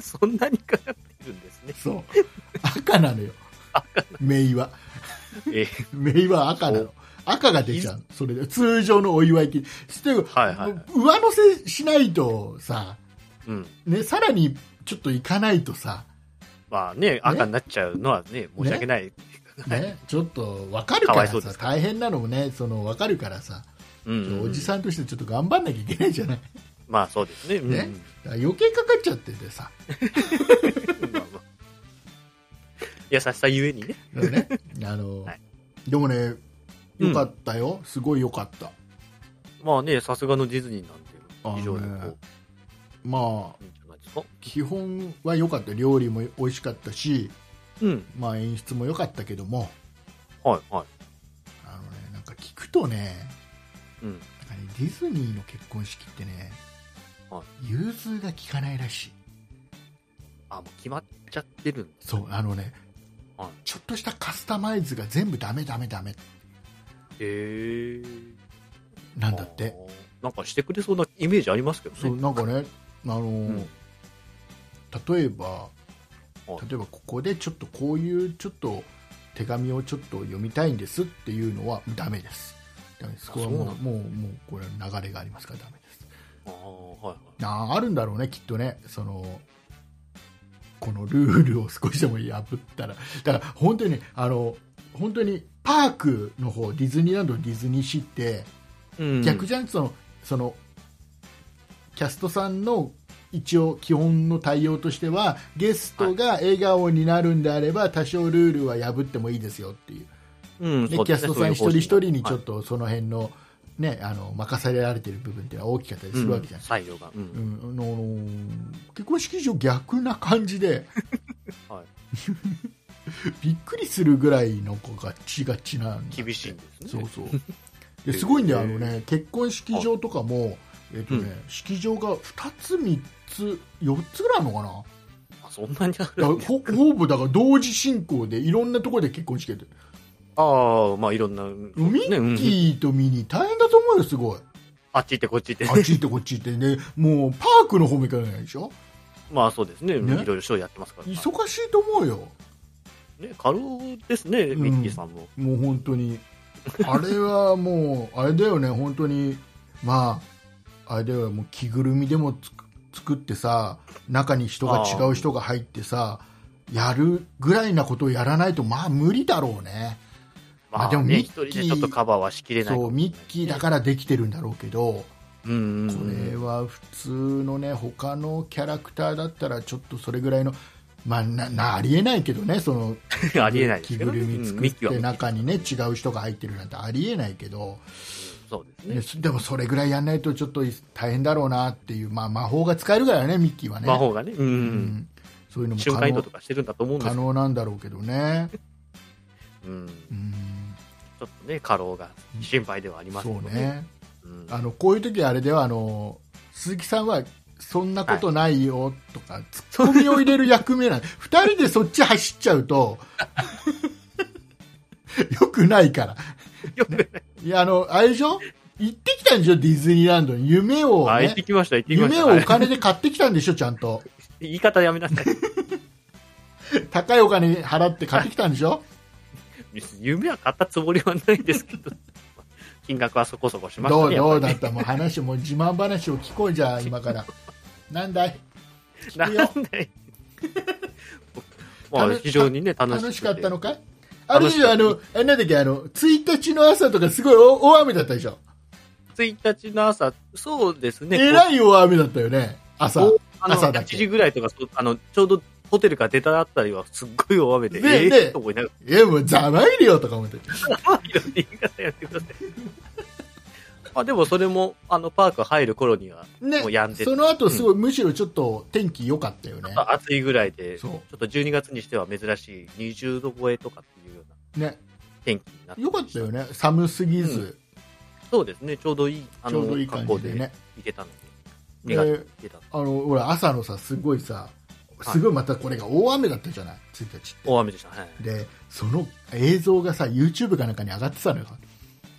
C: そんなにかかってるんです
B: <laughs>
C: ね。
B: そう赤なのよメイは
C: ええ
B: メイは赤なの赤が出ちゃうそれで通常のお祝い金して、
C: はいはいはい
B: 上乗せしないとさ、
C: うん。
B: ね、さらにちょっと行かないとさ、
C: まあね、赤になっちゃうのはね、申し訳ない。
B: ね、ちょっと分かるから
C: かわいそう
B: さ
C: です
B: 大変なのもねその分かるからさ、
C: うんうん。
B: おじさんとしてちょっと頑張んなきゃいけないじゃない
C: まあそうですね。うん
B: ねだから余計かかっちゃっててさ、
C: うんまあまあ優しさゆえにね。
B: だから
C: <laughs>
B: ねあの
C: はい
B: でもねよかったよ、すごいよかった
C: まあね、さすがのディズニーなんて、非常に
B: あの
C: こ
B: ねまあ
C: う、いいんじゃないですか。
B: 基本は良かった料理も美味しかったし、
C: うん。
B: まあ、演出も良かったけども
C: はいはい。
B: あの、ね、なんか聞くとね
C: うん。
B: なんかねディズニーの結婚式ってね、
C: は
B: 融通が利かないらしい
C: あ、もう決まっちゃってるんです。
B: そうあのね、
C: はい
B: ちょっとしたカスタマイズが全部ダメダメダメ
C: へえ。
B: なんだって。
C: なんかしてくれそうなイメージありますけどね。
B: そうなんかねあのー、
C: ん
B: 例えば
C: は
B: 例えばここでちょっとこういうちょっと手紙をちょっと読みたいんですっていうのはダメですダメですこれはもう
C: あそうな
B: もうもうこれは流れがありますからダメです
C: ああ、はいはい。
B: あーあるんだろうねきっとねそのこのルールを少しでも破ったらだから本当にねあの本当にパークの方ディズニーランドディズニーシーって
C: うん
B: 逆じゃんそのそのキャストさんの一応基本の対応としてはゲストが笑顔になるんであれば多少ルールは破ってもいいですよっていう
C: うん
B: で
C: そう
B: キャ
C: です
B: ス
C: ね
B: トさん一人一人にちょっ
C: と
B: とその辺の,、ね、あの任されられてる部分っていうのは大きかったりするわけじゃない、
C: 採用が、うん
B: うんあの結婚式場逆な感じで、
C: はい
B: びっくりするぐらいの子がちがちなんだって
C: 厳しいんです
B: そ
C: ね
B: うそうですごいんだよあの、
C: へ
B: ね、結婚式場とかも、えっとね
C: う
B: 式場が2つ3つ4つぐらいあるのかな
C: あそんなにあ
B: だ
C: る
B: からほほぼだから同時進行でいろんなところで結婚式やってる
C: ああまあいろんな、うん
B: ミ
C: ねうん
B: ッキーとミニー大変だと思うよすごい
C: あっち行ってこっち行
B: あ
C: っ
B: ってち行ってこっち行ってね、もうパークの方も行かないでしょ、
C: <laughs> まあそうですね
B: ね
C: いろいろショーやってますからね
B: 忙しいと思うよ、
C: 過労ですね
B: うん
C: ミッキーさんも、
B: もう本当に、あれはもう、あれだよね、本当に、まあ、あれだよ、もう着ぐるみでもつく作ってさ、中に人が違う人が入ってさ、やるぐらいなことをやらないと、まあ無理だろうね、
C: ま
B: あ
C: あ
B: でも
C: ね
B: ミッ
C: 一
B: キー
C: 人でちょっとカバーはしきれない
B: そうミッキーだからできてるんだろうけど、
C: らうんう
B: こ
C: ん
B: れは普通のね、他のキャラクターだったら、ちょっとそれぐらいの。まあ、ななありえないけどね、その
C: うんありえないです
B: 着
C: けど
B: ぐ
C: ね
B: るみ
C: うん
B: 作っ
C: ミッキーは
B: て中にね違う人が入ってるなんてありえないけど、
C: そうですね
B: ね、でもそれぐらいやんないとちょっと大変だろうなっていう、まあ、魔法が使えるからねミッキーはね
C: 魔法がねう
B: う
C: ん、
B: んそういうのも
C: 瞬
B: 可
C: 間移動
B: 能
C: とかしてるんだと思うんです
B: 可
C: けど、
B: 能なんだろうけどね、
C: うん、ち
B: うん、
C: ょっとね過労が心配ではありますけ
B: そ
C: ど
B: う
C: ね
B: ね
C: うん
B: あのこういう時はあれではあの鈴木さんはそんなことないよとか、ツッコミを入れる役目なん
C: <laughs>
B: で二人でそっち走っちゃうと <laughs> よくないから
C: よく
B: いや、あの、あれでしょ行ってきたんでしょディズニーランドに。夢を、
C: あ、行っ
B: ね
C: て。きました、行ってきました。
B: 夢をお
C: はい
B: 金で買ってきたんでしょちゃんと。
C: 言い方やめなさい。
B: 高いお金払って買ってきたんでしょ
C: 別に夢は買ったつもりはないですけど、 <laughs> 金額はそこそこし <laughs> まし
B: ど
C: た
B: う、
C: ね。
B: どう
C: や
B: だ
C: っ
B: ったもう話、もう自慢話を聞こうじゃあ、今から。なんだい
C: ぱ
B: 聞く
C: り
B: よ
C: なんでま
B: <laughs>
C: あ、
B: 楽し
C: 非常にね、楽しくて
B: 楽しかったのかいあれ
C: 楽
B: で
C: し
B: し
C: か
B: ょ
C: った
B: あの、あれなんだっけ、あの、1日の朝とかすごい大大雨だったでしょ
C: ?1 日の朝、そうですね。
B: え
C: い
B: らい大雨だったよね。朝。
C: 朝
B: 朝
C: だ
B: だ
C: け。
B: け
C: 8時ぐらいとか、そうあの、ちょうどホテルから出たあたりは、すっごい大雨で、
B: ね
C: ええ
B: ね
C: と思いながら、
B: え、もうざまいるよとか思って。
C: 言い方やってください。ま <laughs> あ、でもそれも、あの、パーク入る頃には、
B: ね
C: もうやんで、て
B: その後すごい、むしろちょっと天気良かったよね。
C: ちょっと暑いぐらいで、ち
B: そ
C: ょ
B: う
C: っと12月にしては珍しい20度超えとかっていうような
B: ね、
C: 天気になって
B: よかったよね、寒すぎず、
C: そうですね、ちょうどいい、あ
B: ちょうどい
C: の、
B: い
C: 格
B: 感
C: 好
B: じ
C: で
B: で
C: 行
B: ね。
C: けたの
B: で
C: で、2月に行けたの
B: あの俺朝のさ、すごいさ、
C: い
B: すごいまたこれが大雨だったじゃない、1日
C: 大雨でした。はい。
B: って。で、その映像がさ、YouTube かなんかに上がってたのよ。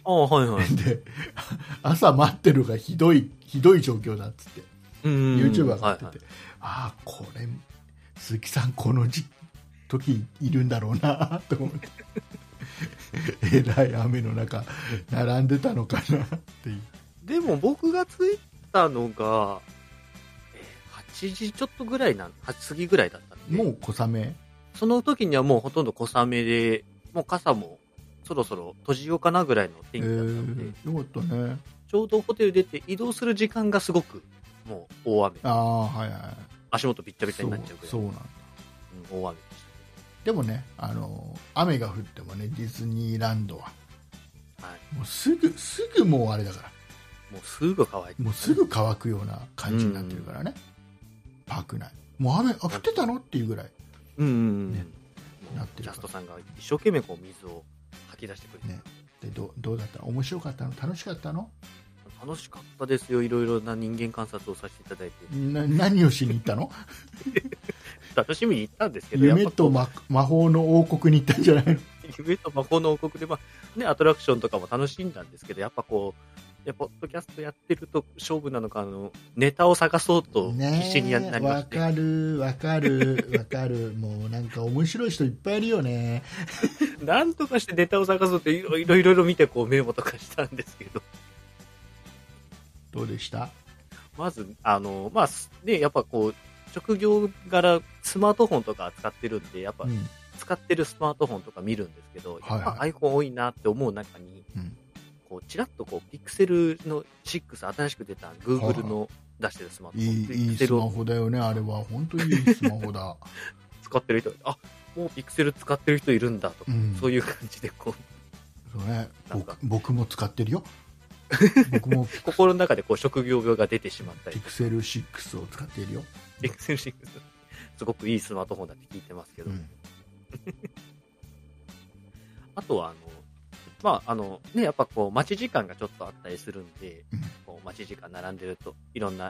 C: ああ、
B: <laughs>
C: はいはい。
B: で、朝待ってるがひどい、ひどい状況だっつって、
C: うん
B: YouTube 上がってて、
C: はいはい
B: ああ、これ、鈴木さん、この時時いるんだろうなと思って。 <laughs> えらい雨の中、並んでたのかなっていう。
C: でも僕が着いたのが、えー8時ちょっとぐらいなん、8過ぎぐらいだったんで、
B: もう小雨
C: その時にはもうほとんど小雨で、もう傘もそろそろ閉じようかなぐらいの天気だったので、
B: えーよかったね
C: ちょうどホテル出て移動する時間がすごく、もう大雨。
B: ああはいは
C: 足元びっちゃ
B: い
C: びちゃになっちゃうぐらい
B: そうそうなんだ
C: うん大雨でし
B: でもねあの雨が降ってもねディズニーランドは
C: た、はい、
B: もうすぐすぐもうあれだから
C: もうすぐ乾いて
B: もうすぐ乾くような感じになってるからね、パーク内もう雨あ降ってたのっていうぐらい
C: うんうんうん、
B: ね
C: も
B: なっ
C: う
B: て
C: キ
B: る
C: ャ
B: から
C: ストさんが一生懸命こう水を吐き出してくれて、
B: ねでどうどうだった面白かったの楽しかったの
C: 楽しかったですよいろいろな人間観察をさせていただいて
B: な何をしに行ったの
C: 楽しみに行ったんです <laughs> けど
B: 夢
C: やっぱことう
B: 魔魔法の王国に行ったんじゃないの
C: 夢と魔法の王国で、まあね、アトラクションとかも楽しんだんですけどやっぱこうやっぱポッドキャストやってると勝負なのかあのネタを探そうと
B: ね
C: 必
B: え
C: 死にやなりま
B: わ
C: して、
B: かるわかるわかるもうなんか面白い人いっぱいいるよね
C: なんとかしてネタを探そうといろいろいろいろ見てこうメモとかしたんですけど
B: どうでした
C: まず、あの、まあ、すね、やっぱこう、職業柄スマートフォンとか使ってるんで、やっぱ
B: うん
C: 使ってるスマートフォンとか見るんですけ
B: は
C: ど、
B: い
C: やっぱ iPhone 多いなって思う中に、
B: うん
C: こうちらっとこうピクセルの6新しく出た Google の出してるスマートフォン、
B: いいい
C: ピ
B: い
C: クセ
B: ス
C: ル
B: マ
C: を
B: ホだよね、あれは、本当にいいスマホ
C: <laughs>
B: だ、
C: 使ってる人がいてあもうピクセル使ってる人いるんだとか、
B: うん
C: そういう感じでこう
B: そうね、
C: なんか
B: 僕僕も使ってる
C: <laughs>
B: よ、僕も
C: 心の中でこう職業病が出てしまったり
B: ピ、クセル6を使っているよ、
C: ピクセル6、すごくいいスマートフォンだって聞いてますけど、
B: うん
C: あとはあの、まああのね、やっぱこう待ち時間がちょっとあったりするんで、
B: うん
C: こう待ち時間並んでると、いろんな、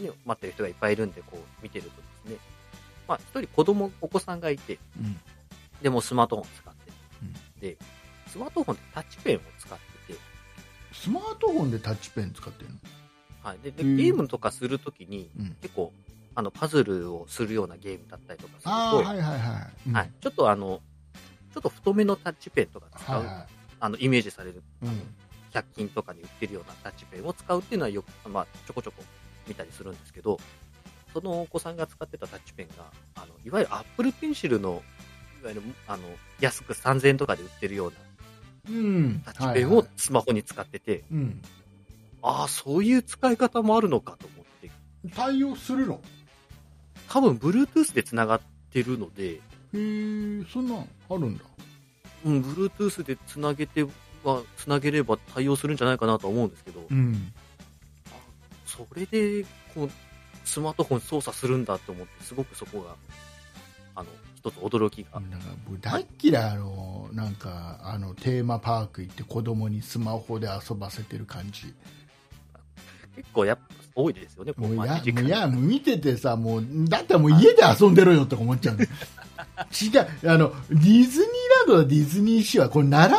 C: ね、待ってる人がいっぱいいるんで、こう見てるとですね、まあ、一人子供、お子さんがいて、
B: うん
C: でもうスマートフォン使って、
B: うん
C: で、スマートフォンってタッチペンを使ってて、
B: スマートフォンでタッチペン使ってるの、
C: はい、でで
B: うん
C: ゲームとかするときに、
B: うん、
C: 結構あのパズルをするようなゲームだったりとかすると、
B: ああ、はいはいはい、うん
C: はい、ちょっとあの、ちょっと太めのタッチペンとか使う、
B: はいは
C: あのイメージされる
B: い、うん
C: 100均とかに売ってるようなタッチペンを使うっていうのはよく、まあ、ちょこちょこ見たりするんですけど、そのお子さんが使ってたタッチペンが、あのいわゆるアップルペンシルの、いわゆるあの安く3000円とかで売ってるような
B: うん、
C: タッチペンをスマホに使ってて、
B: うん、
C: ああ、そういう使い方もあるのかと思って、
B: 対応するの
C: 多分 Bluetooth でつながってるので、
B: へえそんなんあるんだ
C: うん、Bluetooth でつなげては、つなげれば対応するんじゃないかなとは思うんですけど、
B: ん
C: それでこうスマートフォン操作するんだと思ってすごくそこがあの一つ驚き
B: な
C: が
B: んか僕大っ嫌いあのなんかあのテーマパーク行って子供にスマホで遊ばせてる感じ
C: 結構やっぱ多いですよねこ
B: もう
C: う
B: い
C: 待
B: や
C: ち時
B: もういや
C: 間
B: もう見ててさもうだったらもう家で遊んでろよって思っちゃう
C: <laughs>
B: の違うあのディズニーランドとディズニーシーはこれ並んで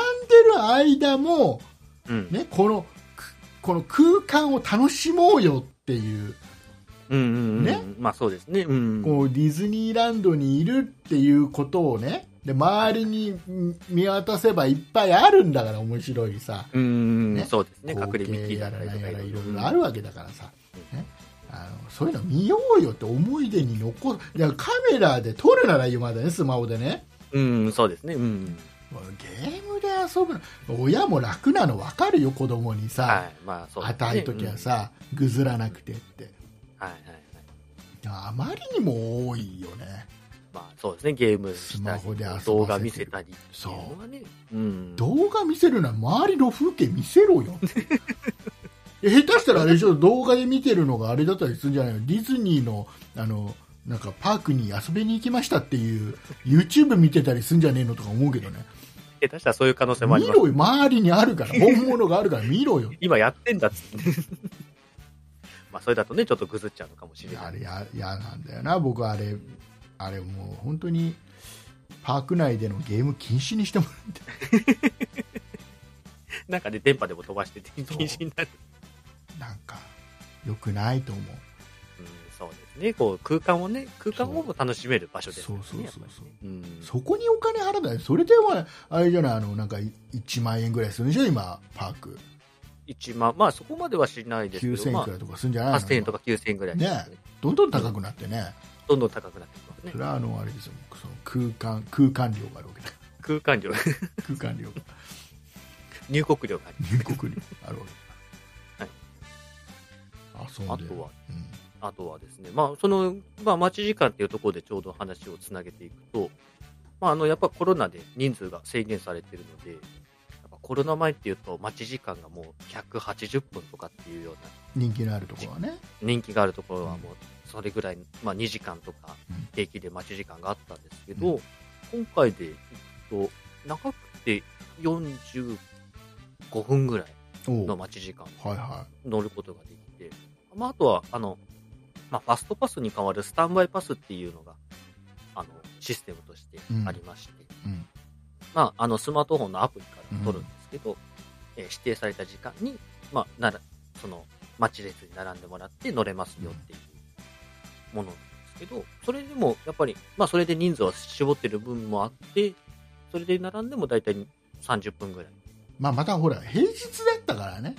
B: る間も、
C: うん
B: ね、このくこの空間を楽しもうよっていう
C: うんうんうん
B: ね
C: まあそうですねうん
B: こうディズニーランドにいるっていうことをねで周りにん見渡せばいっぱいあるんだから面白いさ
C: うんうんうん
B: ね
C: そうですね
B: 光
C: 隠れミッキ
B: 景
C: ー
B: や
C: だ
B: ら
C: った
B: なん
C: りとか
B: やら
C: い
B: い
C: ろ
B: ろ
C: い
B: い
C: ろ
B: ろあるわけだからさ、ね、あのそういうの見ようよって思い出に残るいやカメラで撮るなら今までねスマホでね
C: うんそうですねうん
B: ゲームで遊ぶの親も楽なの分かるよ子供に
C: は
B: さ、
C: いまあそうですね
B: 硬い時はさ、ぐずらなくてって
C: うんはいはいはい
B: あまりにも多いよね
C: まあそうですねゲームし
B: ス
C: た
B: マホ
C: り
B: で遊ばせてる
C: 動画見せたりっていうのはねうん
B: 動画見せるなら周りの風景見せろよ <laughs> え下手したらあれでしょ動画で見てるのがあれだったりするんじゃないのディズニーのあのなんかパークに遊びに行きましたっていう YouTube 見てたりするんじゃねえのとか思うけどね
C: 下手したらそういう可能性もあり
B: 見
C: ます
B: ろよ周りにあるから本物があるから見ろよ
C: 今やってんだっつって。 <laughs> まあ、それだとね、ちょっとぐずっちゃうのかもしれな
B: あ
C: い。
B: れや嫌なんだよな僕あれあれもう本当にパーク内でのゲーム禁止にしてもらいたい
C: なんかね、電波でも飛ばしてて、禁
B: そう
C: 止になる。
B: なんか良くないと思う
C: うん、そうですね。こう、空間をね、空間をも楽しめる場所ですからね。
B: そうそうそうそう
C: やっぱりねうん。
B: そこにお金払うないそれではあれじゃないあのなんかい1万円ぐらいするんでしょ今パーク
C: 一万、まあ、そこまではしないですけ
B: 9000
C: ど、ま
B: 円
C: あ
B: くらいとかするんじゃないの、
C: 8000円とか9000円ぐらいですね、
B: どんどん高くなってね
C: どんどん高くなってきますね
B: そ。れはあのあれですよその空間空間料があるわけだ
C: <laughs> 空間料、
B: 空間料が
C: 入国料があり
B: 入国料あるわけだ、遊んで
C: あとは、
B: うん
C: あとはですね、まあ、その、まあ、待ち時間っていうところでちょうど話をつなげていくと、まあ、あの、やっぱコロナで人数が制限されてるので、やっぱコロナ前っていうと待ち時間がもう180分とかっていうような
B: 人気のあるところはね
C: 人気があるところはもうそれぐらい、まあ、2時間とか
B: うん
C: 平気で待ち時間があったんですけど、今回でいくと長くて45分ぐらい
B: おう
C: の待ち時間
B: はいは
C: 乗ることができて、まあ、あとはあの、まあ、ファストパスに代わるスタンバイパスっていうのがあのシステムとしてありまして、
B: い、うん
C: まあ、あのスマートフォンのアプリから取るんですけど、えー指定された時間に、まあ、ならその待ち列に並んでもらって乗れますよっていうものなんですけど、それでもやっぱり、まあ、それで人数を絞ってる分もあって、それで並んでも大体30分ぐらい。
B: まあ、またほら平日だったからね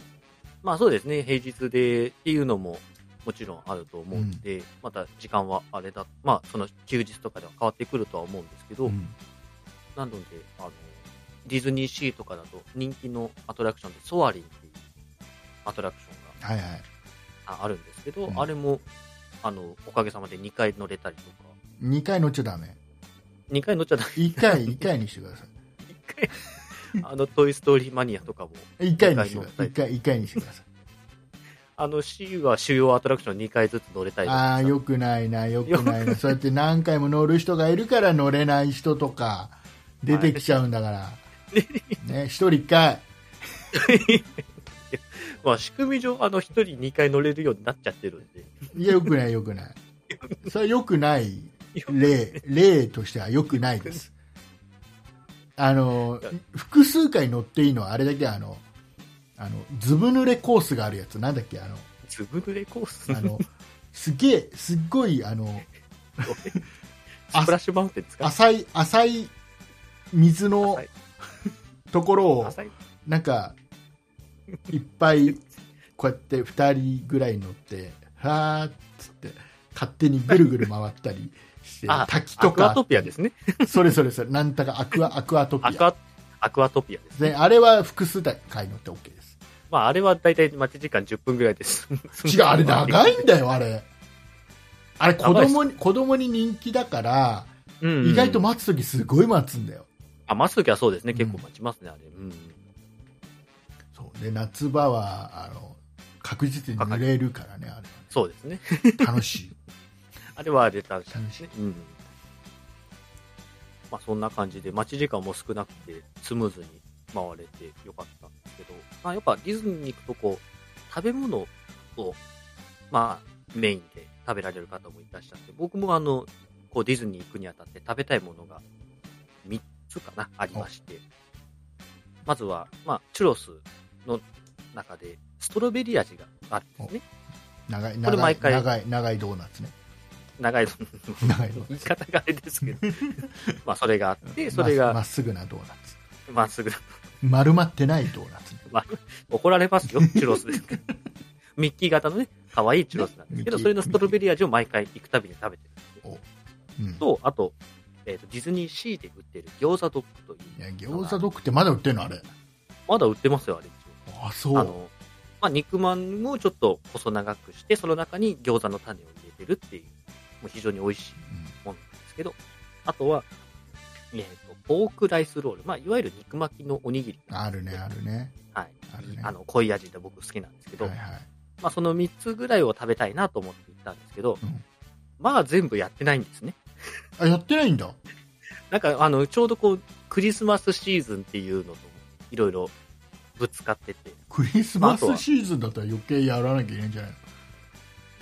C: まあそうですね、平日でっていうのももちろんあると思うので、また時間はあれだ、まあ、その休日とかでは変わってくるとは思うんですけど、
B: うん
C: なのであの、ディズニーシーとかだと人気のアトラクションでソアリンっていうアトラクション
B: は
C: が
B: いはい
C: ああるんですけど、
B: うん
C: あれもあのおかげさまで2回乗れたりとか、
B: 2回乗っちゃダメ
C: 2回乗っちゃダメ、
B: 1回1回にしてくださ
C: 1回、
B: <laughs>
C: あのトイ・ストーリーマニアとかも、
B: い1回にしてください1
C: 一
B: 回一回にしてください
C: あの C は主要アトラクション2回ずつ乗れたりと
B: あ
C: か
B: あ
C: し
B: よくないなよくないなそうやって何回も乗る人がいるから乗れない人とか出てきちゃうんだから、ね、1人1回
C: た、まあ、仕組み上、あの1人2回乗れるようになっちゃってるんで、
B: いやよくないよくないそれはよくない例例としてはよくないですあの複数回乗っていいのはあれだけあのあのずぶ濡れコースがあるやつなんだっけあの
C: ずぶ濡れコース
B: あ <laughs> のすげえすっごいあの
C: スプラッシュマウンテンですか
B: 浅い浅い水の
C: 浅い
B: ところを
C: 浅い
B: なんかいっぱいこうやって2人ぐらい乗ってはーっつって勝手にぐるぐる回ったりして
C: あ
B: 滝
C: ア
B: と
C: クア
B: か
C: トピアですね。
B: それそれそれなんたかア
C: <laughs>
B: クアアクアトピ
C: アク
B: ア
C: アアクアトピアですね。
B: であれは複数回乗って OK です
C: まあ、あれは大体待ち時間10分ぐらいです。
B: 違うあれ長いんだよあれあれ子
C: 長いっす
B: 供に子供に人気だから
C: うん
B: 意外と待つ時すごい待つんだよ
C: あ、待つときはそうですね。結構待ちますね、あれ。うん。
B: そうで夏場はあの確実に濡れるからねあ
C: そうですね。
B: れ楽しい
C: あれはあれだし、
B: 楽しい
C: うん。まあ、そんな感じで、待ち時間も少なくて、スムーズに回れてよかったんですけど、まあ、やっぱディズニーに行くとこう、食べ物を、まあ、メインで食べられる方もいらっしゃって、僕もあの、こうディズニー行くにあたって食べたいものが3つかな、ありまして、まずは、まあ、チュロスの中で、ストロベリー味があるんですね。
B: 長い
C: <laughs> これ
B: 長
C: 毎
B: い
C: 回
B: 長い長いドーナツね <laughs>
C: 長いの
B: 長いドー
C: 言
B: ナ
C: い
B: ツ
C: 方があれで
B: <laughs>
C: すけど、まあそれがあって、そ
B: ま
C: れ
B: ま
C: が
B: っすぐなドーナツ
C: まっすぐ、
B: 丸まってないドーナツね
C: まあ、怒られますよ、チュロスですから。ミッキー型のね、可愛いチュロスなんですけど、
B: ね
C: それのストロベリー味を毎回行くたびに食べてるんですよ
B: うん
C: と、あと、えっ、と、ディズニーシーで売ってる餃子ドッグという。
B: いや餃子ドッグってまだ売ってるのあれ
C: まだ売ってますよ、あれ一
B: あそ
C: 応。あ
B: う
C: の、まあ肉まんをちょっと細長くして、その中に餃子の種を入れてるっていう、もう非常に美味しいもんなんですけど、あとは、えっ、と、ポークライスロール。まあ、いわゆる肉巻きのおにぎり。
B: うんあるねあるね
C: はい。
B: あるね
C: あの、濃い味で僕好きなんですけど、
B: はいはい
C: まあ、その3つぐらいを食べたいなと思って行ったんですけど、
B: うん
C: まあ、全部やってないんですね。
B: あやってないんだ
C: なんか、あの、ちょうどこう、クリスマスシーズンっていうのと、いろいろぶつかってて、
B: クリスマスシーズンだったら余計やらなきゃいけないんじゃないの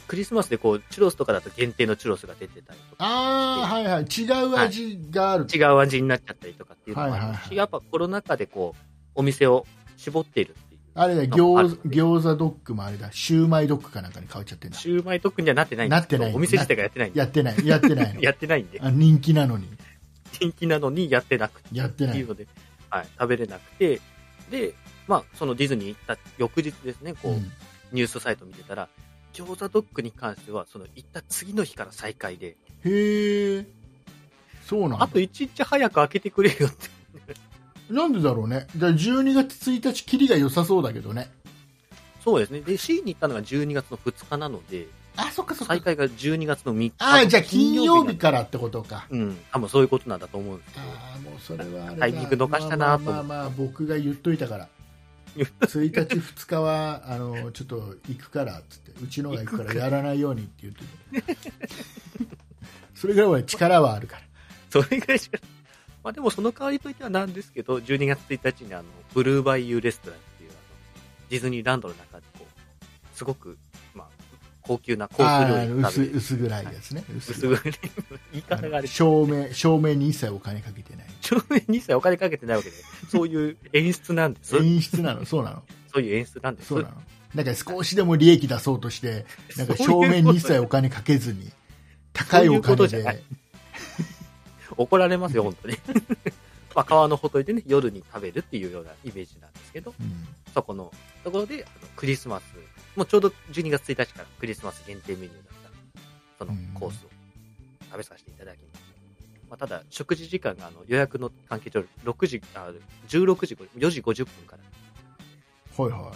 C: クリスマスでこう、チュロスとかだと限定のチュロスが出てたりとか、
B: ああはいはい違う味がある、
C: 違う味になっちゃったりとかっていうのもあり
B: はいは
C: ま
B: い
C: す
B: はい
C: し、やっぱコロナ禍でこう、お店を絞っているっていう。
B: あれだ
C: のもあ
B: 餃
C: るの
B: 子
C: で
B: 餃子ドッグもあれだシューマイドッグかなんかに変わっちゃってんだ
C: シューマイ特にはなってないんですけど
B: なってない
C: お店自体がやってないんで
B: やってないやってないの
C: <laughs> やってないんで、
B: あ人気なのに
C: 人気なのにやってなくて。
B: やって
C: っ
B: な
C: てい
B: いう
C: ので、はい、食べれなくて、で、まあ、そのディズニー行った翌日ですね、こう、
B: うん
C: ニュースサイト見てたら、餃子ドッグに関しては、その行った次の日から再開で、
B: へえそうなんだ
C: あと1日早く開けてくれよって。 <laughs>
B: なんでだろうねじゃあ12月1日切りが良さそうだけどね
C: そうですね。で、C に行ったのが12月の2日なので、
B: あそっかそっ
C: 再
B: か
C: 開が12月の3日。
B: ああじゃあ金曜日
C: か。
B: からってことか
C: うん、多分そういうことなんだと思うんですけど、
B: ああもうそれはあれだ
C: タイミング逃した
B: まあま
C: なと
B: あまあまあ僕が言っといたから
C: 言っ
B: 1日2日はあのちょっと行くからっつってうちのが行くからやらないようにって言ってたそれぐらい俺力はあるから
C: それぐらいしか。まあでもその代わりといってはなんですけど、12月1日にあの、ブルーバイユーレストランっていうあの、ディズニーランドの中でこう、すごく、まあ、高級なコース
B: あ
C: 料
B: あ
C: 理を食
B: 薄
C: べる。
B: 薄暗いですね薄
C: 薄暗い。言い方があれ、
B: 照明照明に一切お金かけてない
C: 照明に一切お金かけてないわけで、そういう演出なんです。
B: 演出なのそうなの
C: そういう演出なんです。
B: そうなのなんか少しでも利益出そうとしてなんか照明に一切お金かけずに高いお
C: そういうこ
B: 金
C: とじゃない
B: で
C: 怒られますよ、本当に。まあ、川のほとりでね、夜に食べるっていうようなイメージなんですけど、
B: うん
C: そこのところで、あのクリスマスもうちょうど12月1日からクリスマス限定メニューだったそのコースを食べさせていただきました。まあ、ただ、食事時間があの予約の関係上、6時、あ16時、4時50分から、
B: はいは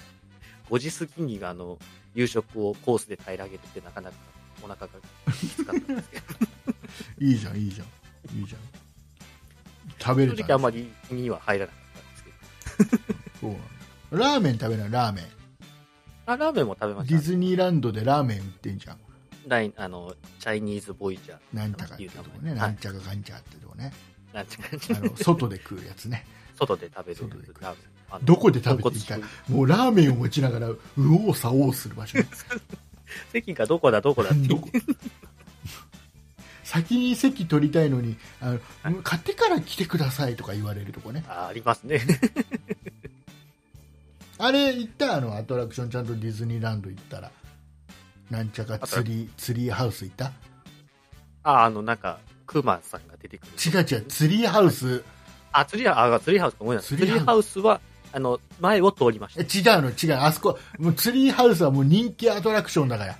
C: 5時過ぎにあの夕食をコースで平らげてて、なかなかお腹がきつかっ
B: <laughs>
C: たんですけど、
B: い。いいじゃん、いいじゃん。いいじゃん。食べる
C: 正直あんま
B: り。
C: り胃には入らなかったんですけど、
B: そうなのラーメン食べない、ラーメン。
C: あラーメンも食べま
B: ディ
C: した。
B: ズニーランドでラーメン売ってんじゃん。
C: ラインあのチャイニーズボイジャー、
B: なんたかっていうとこね。
C: はい
B: なんちゃかかんちゃってとこね。
C: なんて感じ
B: あの、外で食うやつね。
C: 外で食べる
B: 外で食う
C: ラーメンあの。
B: どこで食べていいか
C: 豚骨
B: もうラーメンを持ちながら、うおうさおうする場所。
C: 席がどこだどこだって <laughs>
B: どこ先に席取りたいのにあの、買ってから来てくださいとか言われるとこね。
C: あありますね <laughs>
B: あれ行ったあのアトラクションちゃんとディズニーランド行ったらなんちゃか釣り釣りハウス行った
C: ああのなんかクマさんが出てくる
B: 違う違う釣りハウス
C: あ釣りハウスあ釣りハウスかごめんなさい
B: 釣
C: 釣
B: り
C: り
B: ハウス
C: ハウスはあの前を通りまし
B: え違
C: た <laughs>
B: うの違うあそこもう釣りハウスはもう人気アトラクションだから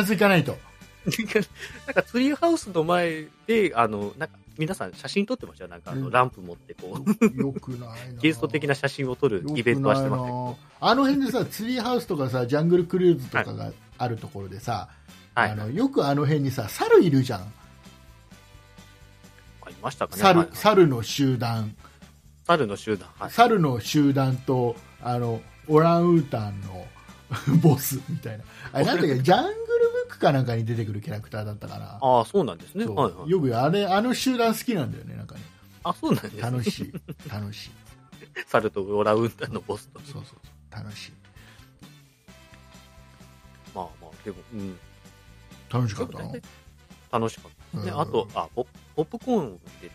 B: 必ず行かない
C: <laughs>
B: と
C: なんか釣りハウスの前であのなんか皆さん写真撮ってましたよなんかあの、
B: うん
C: ランプ持ってこう
B: よくないな
C: ゲスト的な写真を撮るイベントはしてましたけ
B: よ
C: ど
B: くないなあの辺でさ釣りハウスとかさジャングルクルーズとかがあるところでさ、
C: はい
B: あ
C: あ
B: のよくあの辺にさ猿いるじゃん
C: りましたかね
B: 猿,、
C: はいはい
B: 猿の集団
C: 猿の集団はい
B: 猿の集団とあのオランウータンの <laughs> ボスみたいなあ
C: <laughs>
B: れなんだっけジャングルブックかなんかに出てくるキャラクターだったかな
C: ああそうなんですね
B: そう
C: はいはい
B: よくあれあの集団好きなんだよねなんかね
C: あそうなんですね
B: 楽しい楽しい
C: 猿とオラウンタンのボスと
B: そうそう楽しい
C: まあまあでもうん
B: 楽しかった
C: 大体楽しかったですね、
B: うん
C: あとあポポップコーンで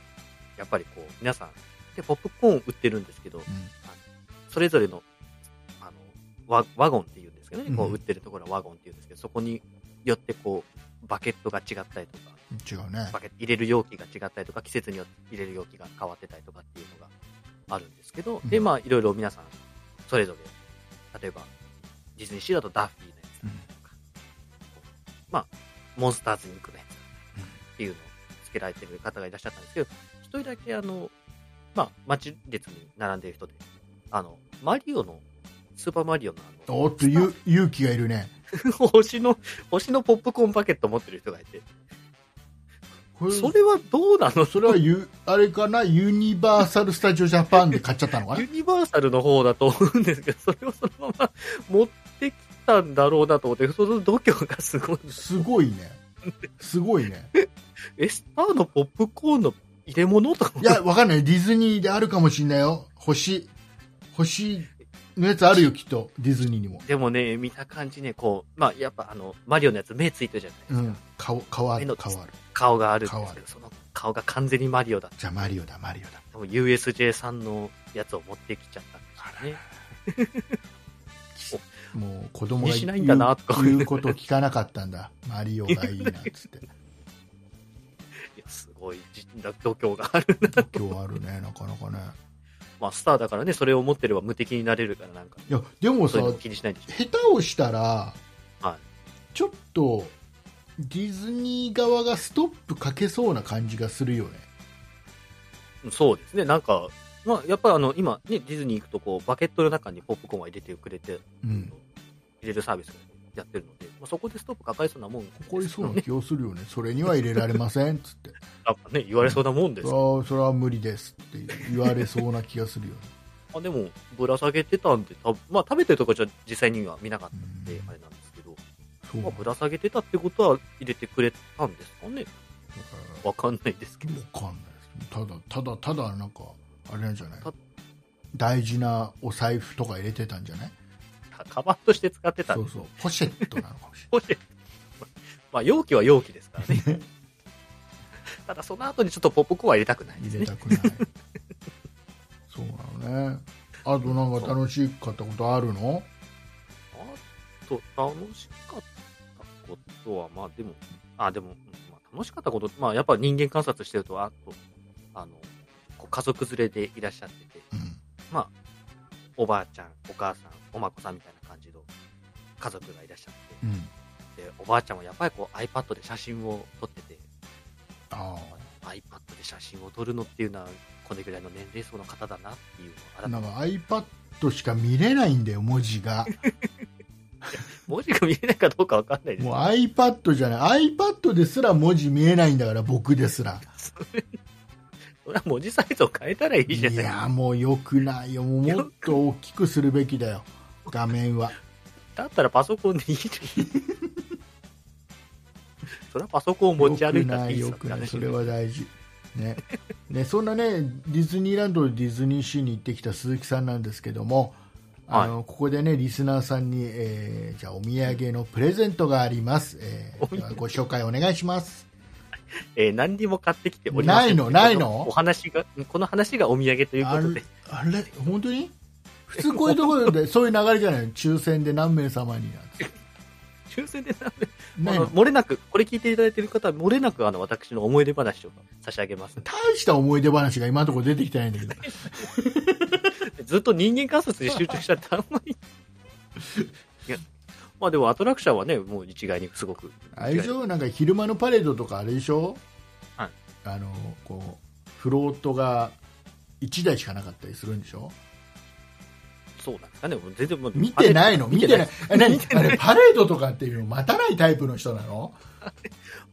C: やっぱりこう皆さんでポップコーン売ってるんですけどそれぞれのあのワワゴンっていうんですけどね、こ
B: う
C: うん売ってるところはワゴンっていうんですけどそこによってこうバケットが違ったりとか
B: うん違うね
C: バケット入れる容器が違ったりとか季節によって入れる容器が変わってたりとかっていうのがあるんですけど、
B: うん
C: でまあいろいろ皆さんそれぞれ例えばディズニーシーだとダッフィーのやつ
B: うん
C: まあ、モンスターズに行くねっていうのをつけられてる方がいらっしゃったんですけど、一人だけあの、まあ、待ち列に並んでる人で、あの、マリオの、スーパーマリオのあの、
B: おっとゆ勇気がいるね
C: <laughs> 星の、星のポップコーンパケット持ってる人がいて、
B: これ
C: それはどうなの
B: それはゆあれかなユニバーサル・スタジオ・ジャパンで買っちゃったのかな
C: ユニバーサルの方だと思うんですけど、それをそのまま持ってきたんだろうなと思って、その度胸がすごい。
B: すごいねすごいね
C: エスターのポップコーンの入れ物とか思っ
B: い
C: て
B: や、わかんない。ディズニーであるかもしんないよ。星。星のやつあるよ、きっと。ディズニーにも。
C: でもね、見た感じね、こう、まあ、やっぱあの、マリオのやつ目ついてるじゃないです
B: う
C: か。
B: ん。顔、顔あ
C: 目
B: る、
C: の
B: 顔ある。
C: 顔があるんで
B: 顔あ
C: すけ
B: る
C: ど、その顔が完全にマリオだっ
B: じゃあ、マリオだ、マリオだ。
C: た。もう USJ さんのやつを持ってきちゃったん
B: あ
C: です
B: ら
C: ね。
B: もう、子供が
C: 気にし
B: 言
C: な
B: う
C: いんだなとか
B: 言うこと聞かなかったんだ。マリオがいいな、つって。
C: いや、すごいじ度胸がある。 <laughs>
B: 今日あるね、なかなかね。
C: まあ、スターだからね、それを持ってれば無敵になれるから、なんか、
B: いや、でも
C: そ
B: さ
C: ういう、の気にしないでしょ。
B: 下手をしたら、
C: は
B: ちょっと、ディズニー側がストップかけそうな感じがするよね。
C: そうですね、なんか、まあ、やっぱりあの、今、ね、ディズニー行くと、こう、バケットの中にポップコーンは入れてくれて、
B: うん。
C: 入れるサービスをやってるので、まあ、そこでストップかかりそう <laughs> なもんです
B: ここにそうな
C: ね。
B: 気をするよね。それには入れられません、つ <laughs> って。
C: やっぱね、言われそうなもんですから
B: ああそれは無理ですって言われそうな気がするよね、
C: あでも、ぶら下げてたんで、たまあ、食べてるとこじゃ実際には見なかったんで、
B: うん
C: あれなんですけど、
B: そうな
C: まあ、
B: <laughs> んだ
C: ぶら下げてたってことは入れてくれたんですかね、わかんないですけど、
B: わかんないですただただただなんかあれなんじゃない
C: た
B: 大事なお財布とか入れてたんじゃない
C: か <laughs> カバンとして使ってた
B: そ
C: ん
B: う
C: です
B: そうポシェットなのかもし
C: ポシェット <laughs> まあ、容器は容器ですからね、
B: <laughs> れない
C: ただその後にちょっとポップコーンは入れた
B: <laughs>
C: くないです
B: 入れ
C: ね。
B: たくないそうなのねあとなんか楽しかったことあるの
C: あと、楽しかったことは、まあでも、あ、でも、うんまあ、楽しかったこと、まあやっぱ人間観察してると、あと、あの、こう家族連れでいらっしゃってて、
B: うん
C: おばあちゃん、お母さん、おまこさんみたいな感じの家族がいらっしゃっ
B: うん、
C: て、でおばあちゃんはやっぱりこう iPad で写真を撮ってて、
B: あ
C: iPad で写真を撮るのっていうのは、これぐらいの年齢層の方だなっていう
B: あ
C: の
B: な
C: を
B: ん
C: 改めて、
B: か iPad しか見れないんだよ、文字が。
C: 文字が見えないかどうかわかんないですけ
B: もう
C: ど
B: iPad じゃない、iPad ですら文字見えないんだから、僕ですら。
C: それは文字サイズを変えたらいい
B: い
C: じゃない
B: や、もうよくないよ、もうもっと大きくするべきだよ、画面は。
C: だったらパソコンでいいじゃん。それはパソコンを持ち歩いたらいい
B: よ
C: さっ
B: く
C: て
B: ないよくない
C: 話
B: それは大事ねねそんなねディズニーランドディズニーシーに行ってきた鈴木さんなんですけどもあの、ここでねリスナーさんに、えーじゃあお土産のプレゼントがあります、えー
C: お土産
B: ではご紹介お願いします
C: えー何にも買ってきておりません
B: ないのないの
C: お話が、この話がお土産というこ
B: あ
C: と
B: れ
C: で、
B: あれ本当に普通こういうところ
C: <laughs>
B: でそういう流れじゃないの抽選で何名様になんて
C: 抽選でなんで
B: ない
C: あの
B: の
C: 漏れなく、これ聞いていただいている方は、漏れなくあの私の思い出話を差し上
B: <laughs>
C: げます。
B: 大した思い出話が今のところ出てきてないんだ
C: <laughs>
B: けど
C: ずっと人間観察に集中しちゃって、あんまり。いや、まあでもアトラクションはね、もう一概にすごく。
B: あれでしょなんか昼間のパレードとかあれでしょ、
C: はい
B: あのこうフロートが1台しかなかったりするんでしょ
C: そうなんですかね、もう全然もう
B: 見てないの見てないえ何
C: 見てない
B: あれパレードとかっていうの待たないタイプの人なの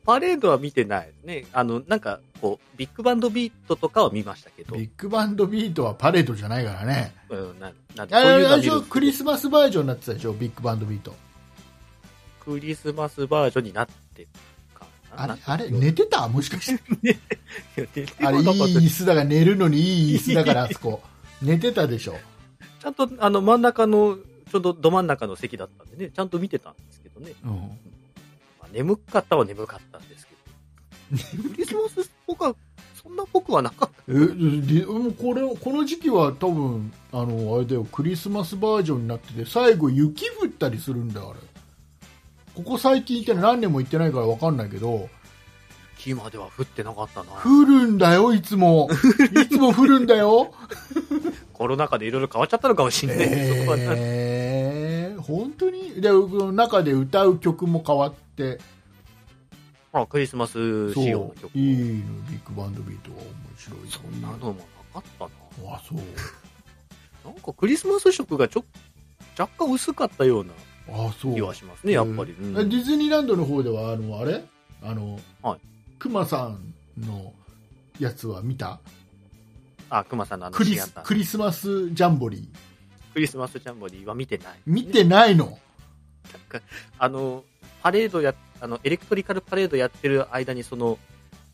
C: パレードは見てないね。あの、なんか、こう、ビッグバンドビートとかは見ましたけど、
B: ビッグバンドビートはパレードじゃないからね
C: うん、ななんで
B: あ
C: そういう
B: れ
C: のは
B: あれ
C: 見
B: でし
C: るん
B: ょ
C: ですけど
B: クリスマスバージョンになってたでしょビッグバンドビート
C: クリスマスバージョンになってかな。
B: あ
C: な
B: れ
C: って
B: あれ寝てたもしかして
C: いやでで
B: あれい
C: も
B: い
C: なんか
B: 椅子だから寝るのにいい椅子だからあそこ <laughs> 寝てたでしょ
C: ちゃんと、あの、真ん中の、ちょうどど真ん中の席だったんでね、ちゃんと見てたんですけどね。
B: うん
C: まあ眠かったは眠かったんですけ
B: <laughs>
C: ど。クリスマスっぽくは、そんなぽくはなかった。
B: えでもうこれこの時期は多分あのあれだよクリスマスバージョンになってて最後雪降ったりするんだよあれここ最近行ってない何年も行ってないから分かんないけど
C: 木までは降ってなかったな。
B: 降るんだよいつ <laughs> もいつも降るんだ <laughs> よ
C: コロナ禍でいろいろ変わっちゃったのかもしれない。そこはな
B: えー、本当にでこの中で歌う曲も変わって
C: まあ、クリスマス
B: そう
C: 仕
B: いい
C: 様
B: の
C: の曲。
B: ビッグバンドビートは面白いよ
C: そんなのもなかったな。
B: あそう
C: なんかクリスマス色がちょ若干薄かったような
B: あそう
C: 気はしますね、やっぱり。
B: うん
C: うん
B: ディズニーランドの方ではあのあれあの、
C: はい
B: クマさんのやつは見た
C: あ、熊さんのあの
B: クリ
C: シア
B: ス
C: ター
B: クリスマスジャンボリー
C: クリスマスジャンボリーは見てない。
B: 見てないの
C: あの、パレードや、あの、エレクトリカルパレードやってる間に、その、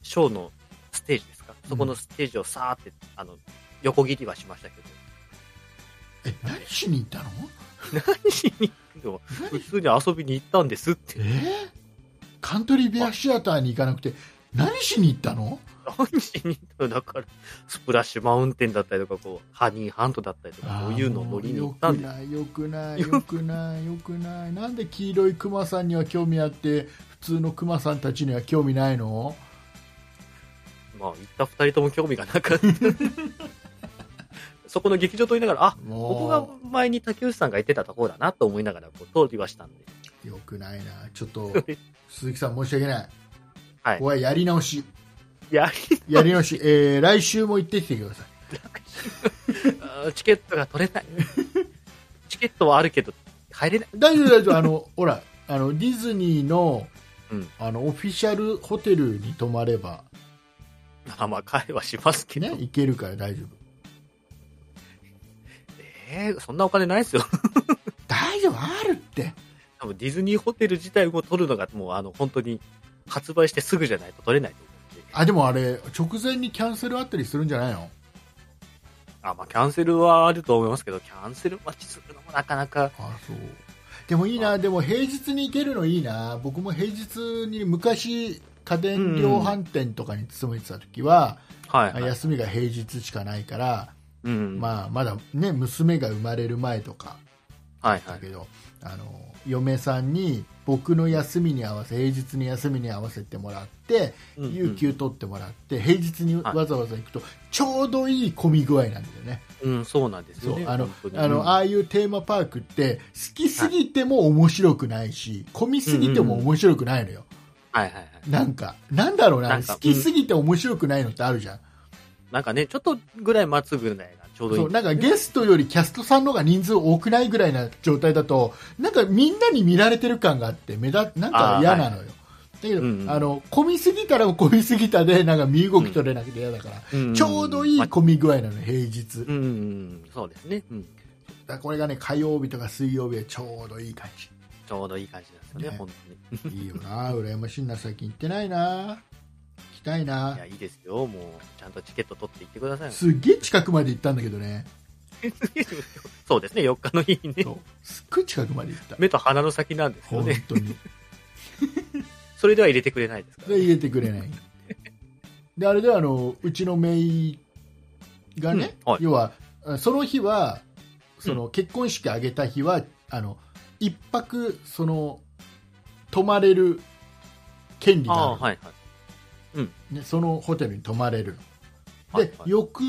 C: ショーのステージですかそこのステージをさーって、あの、横切りはしましたけど。
B: え何しに行ったの
C: 何しに行くの普通に遊びに行ったんですって
B: え。ーカントリーベアシアターに行かなくて何しに行ったの
C: 何しに行ったのだから、スプラッシュマウンテンだったりとか、こう、ハニーハントだったりとか、そういうのを乗りに行ったんです
B: あーもうよくないよくないよくないよくないなんで黄色いクマさんには興味あって普通のクマさんたちには興味ないの
C: まあ、行った二人とも興味が
B: <laughs>
C: なかった。そこの劇場と言いながら、あ、ここが
B: も
C: 前に竹内さんが言ってたところだなと思いながら、こう、通りはしたんで。
B: うよくないなちょっと鈴木さん申し訳ない
C: はい
B: ここ。はやり直し
C: いや、
B: やり直し、えー来週も行ってきてください。
C: あーチケットが取れない。チケットはあるけど、入れない。
B: 大丈夫、大丈夫、あ
C: <laughs>
B: の、ほら、あの、ディズニーの、
C: うん
B: あの、オフィシャルホテルに泊まれば、
C: まあまあ、会はしますけ
B: ね
C: ど。、
B: 行けるから大丈夫。
C: えーそんなお金ないですよ。
B: 大丈夫、あるって。
C: 多分ディズニーホテル自体も取るのが、もう、あの、本当に、発売してすぐじゃないと取れないと思うんで。
B: あ、でもあれ、直前にキャンセルあったりするんじゃないの
C: あ、まあ、キャンセルはあると思いますけど、キャンセル待ちするのもなかなか、
B: あ、そう。でもいいな、でも平日に行けるのいいな。僕も平日に昔、家電量販店とかに勤めてた時は、
C: はい、
B: あ
C: はい。
B: 休みが平日しかないから、
C: うん。
B: まあ、まだね、娘が生まれる前とか、
C: あ、はい、は
B: だ
C: い
B: け。ど、あの嫁さんに僕の休みに合わせ平日の休みに合わせてもらって、
C: うんうん
B: 有給取ってもらって平日にわざわざ行くとちょうどいい混み具合なんだよね、
C: うん、そうなんです
B: そ
C: よ
B: う
C: ね。
B: あの
C: 本当に
B: あ
C: うん
B: のああいうテーマパークって好きすぎても面白くないし、混みすぎても面白くないのよ、
C: はいはいはい。
B: なんかなんだろうな
C: なんか
B: 好きすぎて面白くないのってあるじゃん、
C: なんかね、ちょっとぐらい待つぐらいがちょうどいい。
B: そうなんかゲストよりキャストさんの方が人数多くないぐらいな状態だとなんかみんなに見られてる感があって目立なんか嫌なのよ、だけど、
C: うんうん
B: あの混みすぎたら混みすぎたでなんか身動き取れなくて嫌だから、
C: うん
B: ちょうどい
C: ま
B: い混み具合なの平日、
C: うんうんうん、そうですね。うん。
B: だからこれがね火曜日とか水曜日はちょうどいい感じ
C: ちょうどいい感じなんですよね、
B: ね
C: 本当に。
B: いいよな、羨ましいな、最近行ってないな、行きたいない
C: や、、いいですよ。もう、ちゃんとチケット取っていってください。
B: すっげえ近くまで行ったんだけどね、
C: そうですね、4日の日にね、
B: そうすっごい近くまで行
C: <laughs>
B: った、
C: 目と鼻の先なんですよ
B: 本
C: ね。
B: 当に、
C: それでは入れてくれないですか
B: そ
C: ら
B: れ
C: ね。
B: 入れてくれない、であれではあのうちのめいがね、
C: うんはい
B: 要はあその日は、その結婚式あげた日は、あの一泊その泊まれる権利がある
C: ああ、はいはい。
B: ね、そのホテルに泊まれるの
C: はい
B: で、
C: はい
B: 翌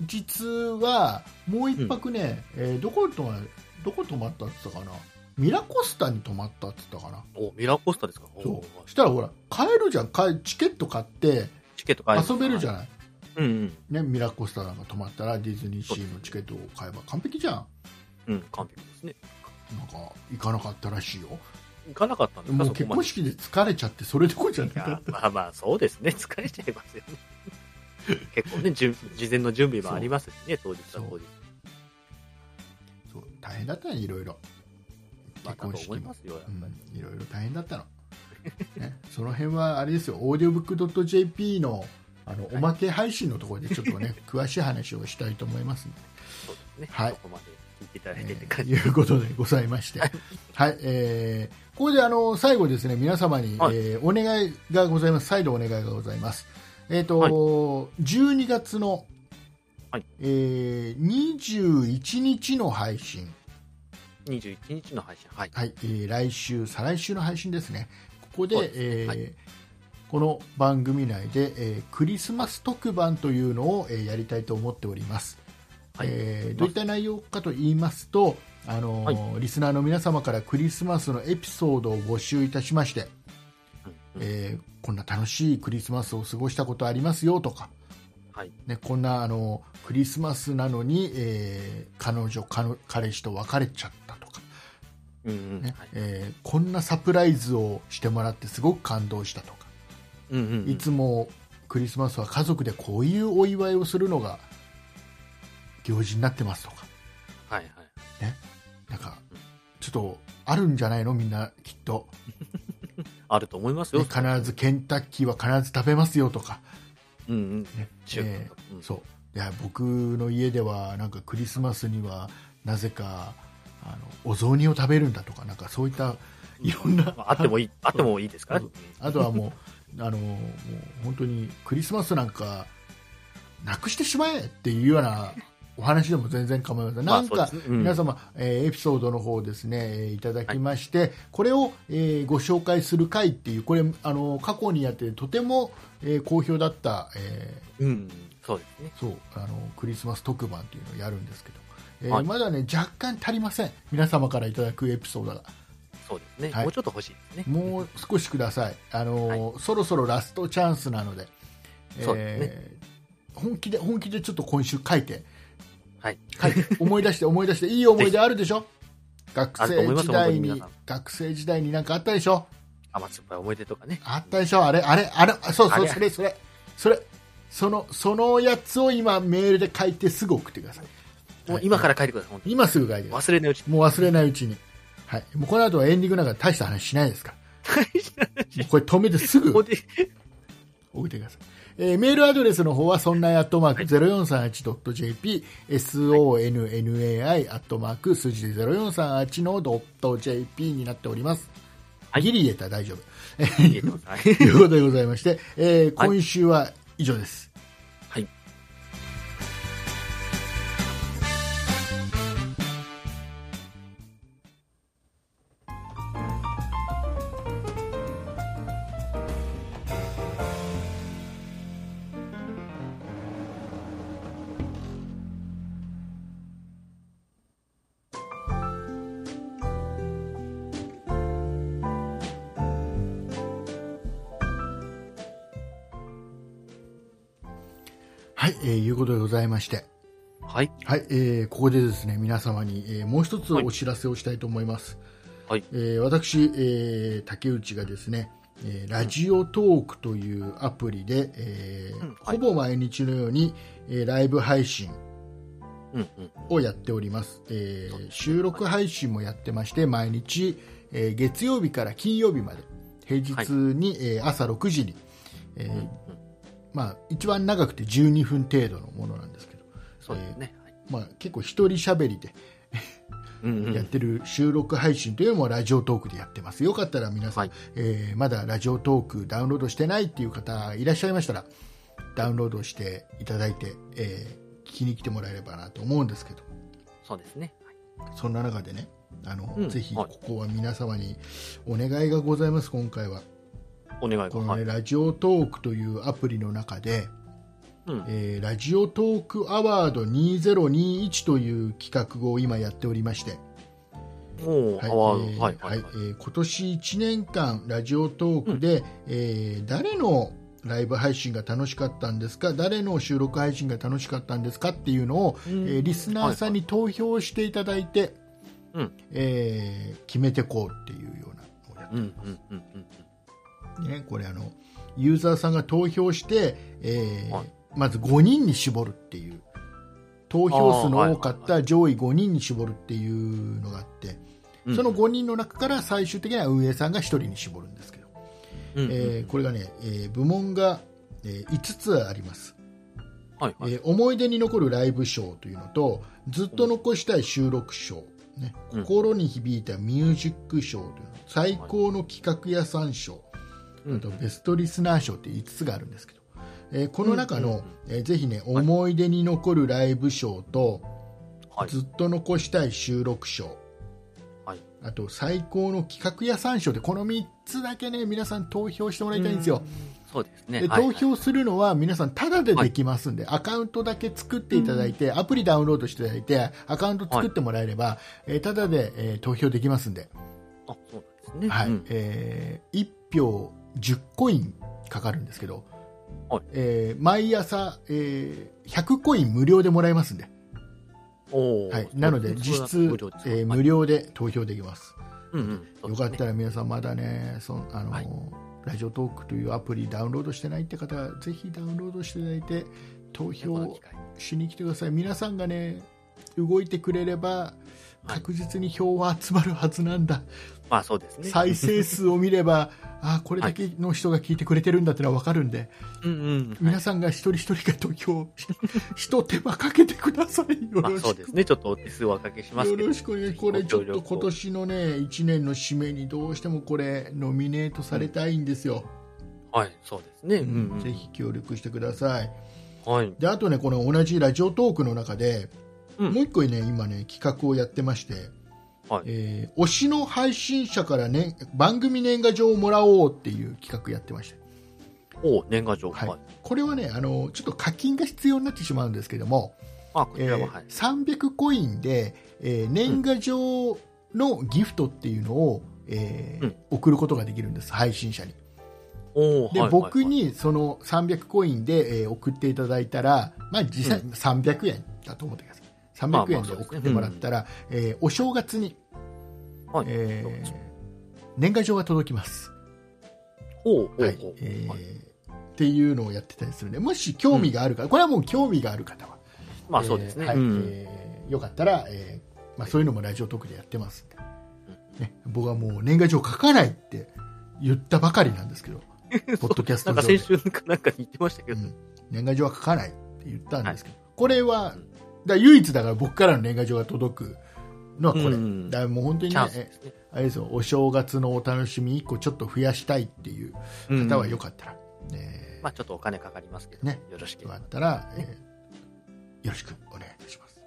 B: 日はもう一泊ね、えーどこに泊まどこ泊まったって言ったかなミラコスタに泊まったって言ったかな
C: お、ミラーコスタですか
B: そ
C: お
B: うそしたらほら買えるじゃん買えチケット買って
C: チケット買え
B: 遊べるじ
C: ゃ
B: ゃない、
C: ん。うんうん。
B: ね、ミラコスタなんか泊まったらディズニーシーのチケットを買えば完璧じゃん
C: うん、完璧ですね。
B: なんか行かなかったらしいよ
C: 行かなかったんです
B: も
C: か、
B: う
C: そこ
B: 結
C: まで
B: 婚。式で疲れちゃってそれどころじゃない
C: いや、まあまあ、そうですね。 <laughs> 疲れちゃいますよね。結構ね、じゅ事前の準備もありますしね、当日は当日。
B: そう大変だったねいろいろ
C: まあ、
B: 結
C: だ
B: 婚
C: と
B: 式
C: 思い
B: も
C: ますよ、やっぱり。
B: うんいろいろ大変だったの、ね、その辺はあれですよオーディオブックドット JP のあの
C: はい
B: おまけ配信のところでちょっと
C: <laughs>
B: ね詳しい話をしたいと思いますね、
C: そうですね。
B: はい
C: そこまで聞いていただいてって
B: え
C: 感
B: ー
C: じ。
B: いうことでございまして、はいえーここであの最後ですね皆様に、
C: はい
B: えーお願いがございます再度お願いがございますえっ、と、
C: はい
B: 12月の、
C: はい
B: えー21日の配信
C: 21日の配信。はい。
B: はい、えー来週、再来週の配信ですね、ここで、
C: そうですね
B: えー
C: はい
B: この番組内で、えークリスマス特番というのを、えーやりたいと思っております。
C: はい
B: えーどういった内容かと言いますと、あのーリスナーの皆様からクリスマスのエピソードを募集いたしまして、
C: うんうん
B: えーこんな楽しいクリスマスを過ごしたことありますよとか、
C: はい
B: ね、こんなあのクリスマスなのに、えー彼女彼彼氏と別れちゃったとか。
C: うんうん
B: ね
C: はい
B: えーこんなサプライズをしてもらってすごく感動したとか、
C: うんうんうん
B: いつもクリスマスは家族でこういうお祝いをするのが行事になってますとか
C: はいはい。
B: なんか
C: うん
B: ちょっとあるんじゃないのみんなきっと、
C: あると思います
B: ね
C: よ。
B: 必ずケンタッキーは必ず食べますよとか、
C: うんうん。
B: ね
C: 中華
B: えー
C: うん
B: そういや僕の家ではなんかクリスマスにはなぜかあのお雑煮を食べるんだとかなんかそういったいろんな
C: まああってもいい、あってもいいですから
B: そ
C: ね
B: う。あとはもう、あ <laughs> のもう本当にクリスマスなんか、なくしてしまえっていうようなお話でも全然構いません。
C: ま
B: な
C: あ
B: んか、
C: そうですねうん
B: 皆様、えーエピソードの方をですね、えーいただきまして、これを、えーご紹介する回っていう、これ、あの過去にやってとても、えー好評だった、えー
C: うんうん。そうですね。
B: そうあのクリスマス特番っていうのをやるんですけど、えー
C: はい
B: まだね、若干足りません。皆様からいただくエピソードが。
C: そうですね。
B: はい
C: もうちょっと欲しいですね。
B: もう少しください、あのそろそろラストチャンスなので、
C: そうです
B: えー本気で本気でちょっと今週書いて、
C: はい。
B: 書いて思い出して、思い出して、いい思い出あるでしょ、学
C: あると思い
B: 生
C: ます
B: 時代
C: 本当に皆
B: に
C: さん、
B: 学生時代になんかあったでしょ、
C: 甘酸っぱい思い出とかね。
B: あったでしょ、あれ、あれ、あれ、あそう
C: あ
B: そう、
C: れ
B: それ、それ、それ、そのそのやつを今、メールで書いて、すぐ送ってください、
C: もう今から書いてください、本当に。
B: 今すぐ書いてくださ
C: 忘れないうちに
B: い、もう忘れないうちに、はい、もうこの後はエンディングなんか大した話しないですから。
C: <laughs>
B: もうこれ止めてすぐ
C: ここで、
B: 送ってください。えーメールアドレスの方は、そんなアットマーク 0438.jp、sonnai アットマーク数字で0438のドット .jp になっております。
C: はい
B: ギリ言えたら大丈夫。え
C: 言
B: ー
C: えてますはい
B: ということでございまして、えー今週は以上です。
C: はい。
B: はい、えーいうことでございまして、
C: はい。
B: はい、えーここでですね、皆様に、えーもう一つ
C: はい
B: お知らせをしたいと思います。
C: はい
B: えー私、えー竹内がですね、えーラジオトークというアプリで、えー
C: うんは
B: ほ
C: い
B: ぼ毎日のように、えーライブ配信
C: うんうん。
B: をやっております、えー収録配信もやってまして毎日、えー月曜日から金曜日まで平日に、えー朝6時に、えー
C: うんうん
B: まあ、一番長くて12分程度のものなんですけど、
C: そうですね。はい
B: まあ、結構一人喋りで
C: うんうん
B: やってる収録配信というのもラジオトークでやってますよかったら皆さん、
C: はい
B: えーまだラジオトークダウンロードしてないっていう方いらっしゃいましたらダウンロードしていただいて、えー聞きに来てもらえればなと思うんですけど
C: そうですね。はい
B: そんな中でね、あの、
C: うん
B: ぜひ
C: は
B: こ
C: い
B: こは皆様にお願いがございます、今回は。
C: お願いが。
B: この
C: は
B: ね、
C: い。
B: ラジオトークというアプリの中で、
C: うん。
B: えーラジオトークアワード2021という企画を今やっておりまして、
C: もう、
B: はい
C: アワ
B: え
C: ー
B: ー
C: ド。はい。はい。
B: は
C: はい
B: いえー今年1年間、ラジオトークで、えー誰のライブ配信が楽しかったんですか、誰の収録配信が楽しかったんですかっていうのを、
C: うん
B: えーリスナーさんに投票していただいて、
C: うん
B: えー決めてこうっていうようなのをやっ
C: うんうんうんうん
B: てね、これあのユーザーさんが投票して、えー
C: はい
B: まず5人に絞るっていう投票数
C: あーはい
B: の多かった上位5人に絞るっていうのがあって、
C: うん。
B: その5人の中から最終的には運営さんが1人に絞るんですけど、
C: うんうん
B: えーこれがね、えー部門が、え5つあります、
C: はいはい。
B: えー思い出に残るライブショーというのとずっと残したい収録賞、ね、
C: うん
B: 心に響いたミュージック賞というの最高の企画屋さん賞、
C: うん
B: あとベストリスナー賞って5つがあるんですけど、えーこの中
C: うんうん
B: の、えーぜひね思い出に残るライブ賞と、
C: はい。
B: ずっと残したい収録賞、
C: はい
B: あと最高の企画屋さん賞でこの3つだけね皆さん投票してもらいたいんですよ。
C: そうですね。
B: で
C: はい
B: 投票するのは皆さんタダでできますんで、アカウントだけ作っていただいて、アプリダウンロードしていただいてアカウント作ってもらえれば、えータダで、えー投票できますんで、
C: あ、そうなんですね。
B: はい
C: うん
B: え1票10コインかかるんですけど、
C: はい
B: えー毎朝、えー100コイン無料でもらえますんで、
C: おー
B: はい、なので実質無料,、えー無料で投票できます、よかっ。
C: そ
B: た
C: う
B: ら皆さんまだねそんあの、
C: はい
B: ラジオトークというアプリダウンロードしてないって方はぜひダウンロードしていただいて投
C: ですねうんうん
B: 票
C: そうですね
B: しに来てください皆さんがね動いてくれれば
C: はい
B: 確実に票は集まるはずなんだ、
C: まあそうですね。
B: 再生数を見れば <laughs> あこれだけの人が聞いてくれてるんだってのは分かるんで、
C: うんうん。
B: 皆さんが一人一人が投票し <laughs> ひと手間かけてくださいよ
C: まあ
B: ろし
C: そう
B: く
C: ですね。ちょっとお手数をおかけします
B: よ
C: けど
B: ろ。しくね、これちょっと今年のね、1年の締めにどうしてもこれ、ノミネートされたいんですよ。
C: はい、そうですね。うんうん
B: ぜひ協力してください。
C: はい。
B: で、あとね、この同じラジオトークの中で、
C: うん
B: もう一個ね、今ね、企画をやってまして、
C: はい
B: えー推しの配信者から、ね、番組年賀状をもらおうっていう企画やってまして、
C: おー年賀状。
B: はい
C: はい。
B: これはね、あの、ちょっと課金が必要になってしまうんですけども、
C: まあこち
B: え
C: ら
B: ー
C: は、はい。
B: 300コインで、えー年賀状のギフトっていうのを、えー
C: うん
B: 送ることができるんです配信者に
C: おー
B: で、
C: はい
B: 僕。
C: はいはい
B: にその300コインで、えー送っていただいたら、まあ、実際300円だと思ってください
C: まあ
B: 300
C: ま
B: 円
C: あ
B: で
C: そうですね
B: 送ってもらったら、えーお正月に、
C: はい
B: えー
C: そうです
B: 年賀状が届きます、
C: おーお
B: はい
C: ーお
B: え
C: ー
B: ー
C: はい
B: っていうのをやってたりするんでもし興味がある方、これはもう興味がある方は
C: まあそうですね。
B: えーはい
C: うん
B: えーよかったら、えーまあ、そういうのもラジオトークでやってますんで、ね、僕はもう年賀状書かないって言ったばかりなん
C: <laughs>
B: ですけど、ポッドキャス
C: な
B: ト
C: んか
B: 上で
C: 先週かなんかに言ってましたけど
B: う。ん年賀状は書かないって言ったんですけど、これはだ唯一だから僕からの年賀状が届くのはこれ、
C: うん
B: だからもう本当に
C: チ
B: ね
C: ャンスですね。
B: あれですよお正月のお楽しみ1個ちょっと増やしたいっていう
C: うん
B: 方はよかったら、えー
C: まあちょっとお金かかりますけど。
B: ね
C: よろしく。
B: よ
C: は
B: か
C: い
B: ったら、えーよろしくお願いいたします。
C: よ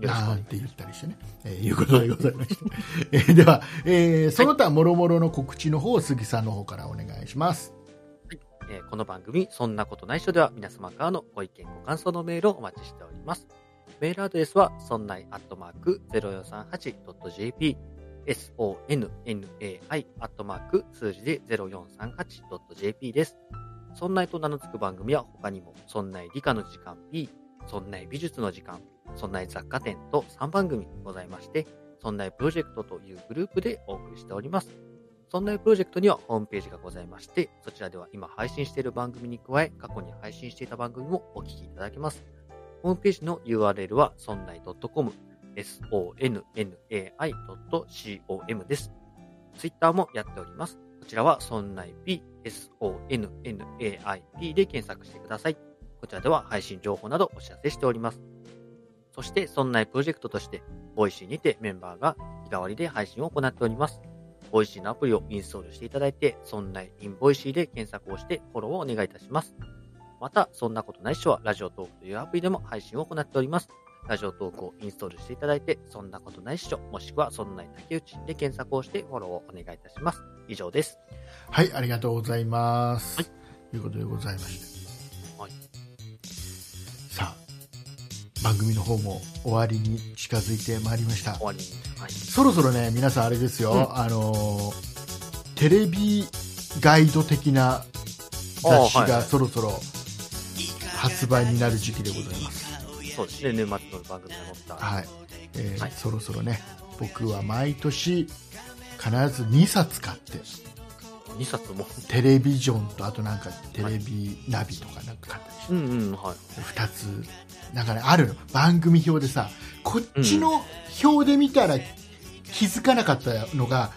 C: ろしくお
B: な
C: 願
B: ん
C: い
B: て言ったりしてね、えーいうことでございまして、 <laughs> えーでは、えーその他もろもろの告知の方を杉さんの方からお願いします
C: えーこの番組、そんなことないっしょでは皆様からのご意見、ご感想のメールをお待ちしております。メールアドレスは、そんないアットマーク 0438.jp、sonnai アットマーク数字で 0438.jp です。そんないと名の付く番組は他にも、そんない理科の時間 B、そんない美術の時間、そんない雑貨店と3番組ございまして、そんないプロジェクトというグループでお送りしております。そんないプロジェクトにはホームページがございまして、そちらでは今配信している番組に加え、過去に配信していた番組もお聞きいただけます。ホームページの URL は sonnai.com、sonnai.com です。ツイッターもやっております。こちらは sonnaip、sonnaip で検索してください。こちらでは配信情報などお知らせしております。そして、そんなプロジェクトとして、ボイシーにてメンバーが日替わりで配信を行っております。ボイシーのアプリをインストールしていただいて、そんなインボイシーで検索をしてフォローをお願いいたします。また、そんなことない人はラジオトークというアプリでも配信を行っております。ラジオトークをインストールしていただいて、そんなことないっしょ、もしくはそんな竹内で検索をしてフォローをお願いいたします。以上です。
B: はい、ありがとうございます。はい、ということでございまして。はい、さあ、番組の方も終わりに近づいてまいりました。
C: 終わり
B: はい、そろそろね、皆さんあれですよ、うん、あの、テレビガイド的な雑誌がそろそろ発売になる時期でございます。
C: そうですね、年末の番組が載った。はい。
B: えーはい、そろそろね、僕は毎年、必ず2冊買って。
C: 2冊も
B: テレビジョンと、あとなんか、テレビナビとかなんか買ったりして。はい、うんうん、はい。2つ、なんかね、あるの。番組表でさ、こっちの表で見たら気づかなかったのが、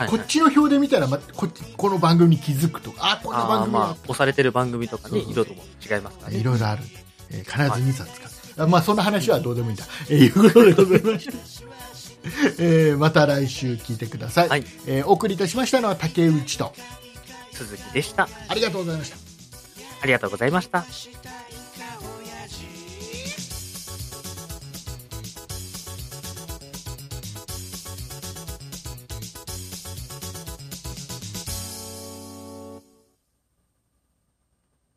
B: うん、こっちの表で見たら、ま、ここの番組に気づくとか、あ、こんな番組、
C: まあ、押されてる番組とかね、色とも違いますからね。
B: いろいろあるんで、えー、必ず2冊買って。はいまあ、そんな話はどうでもいいんだ。えー、いうことでございまして。 <laughs> えー、また来週聞いてください。はい、えー、お送りいたしましたのは竹内と
C: 鈴木でした。
B: ありがとうございました。
C: ありがとうございました。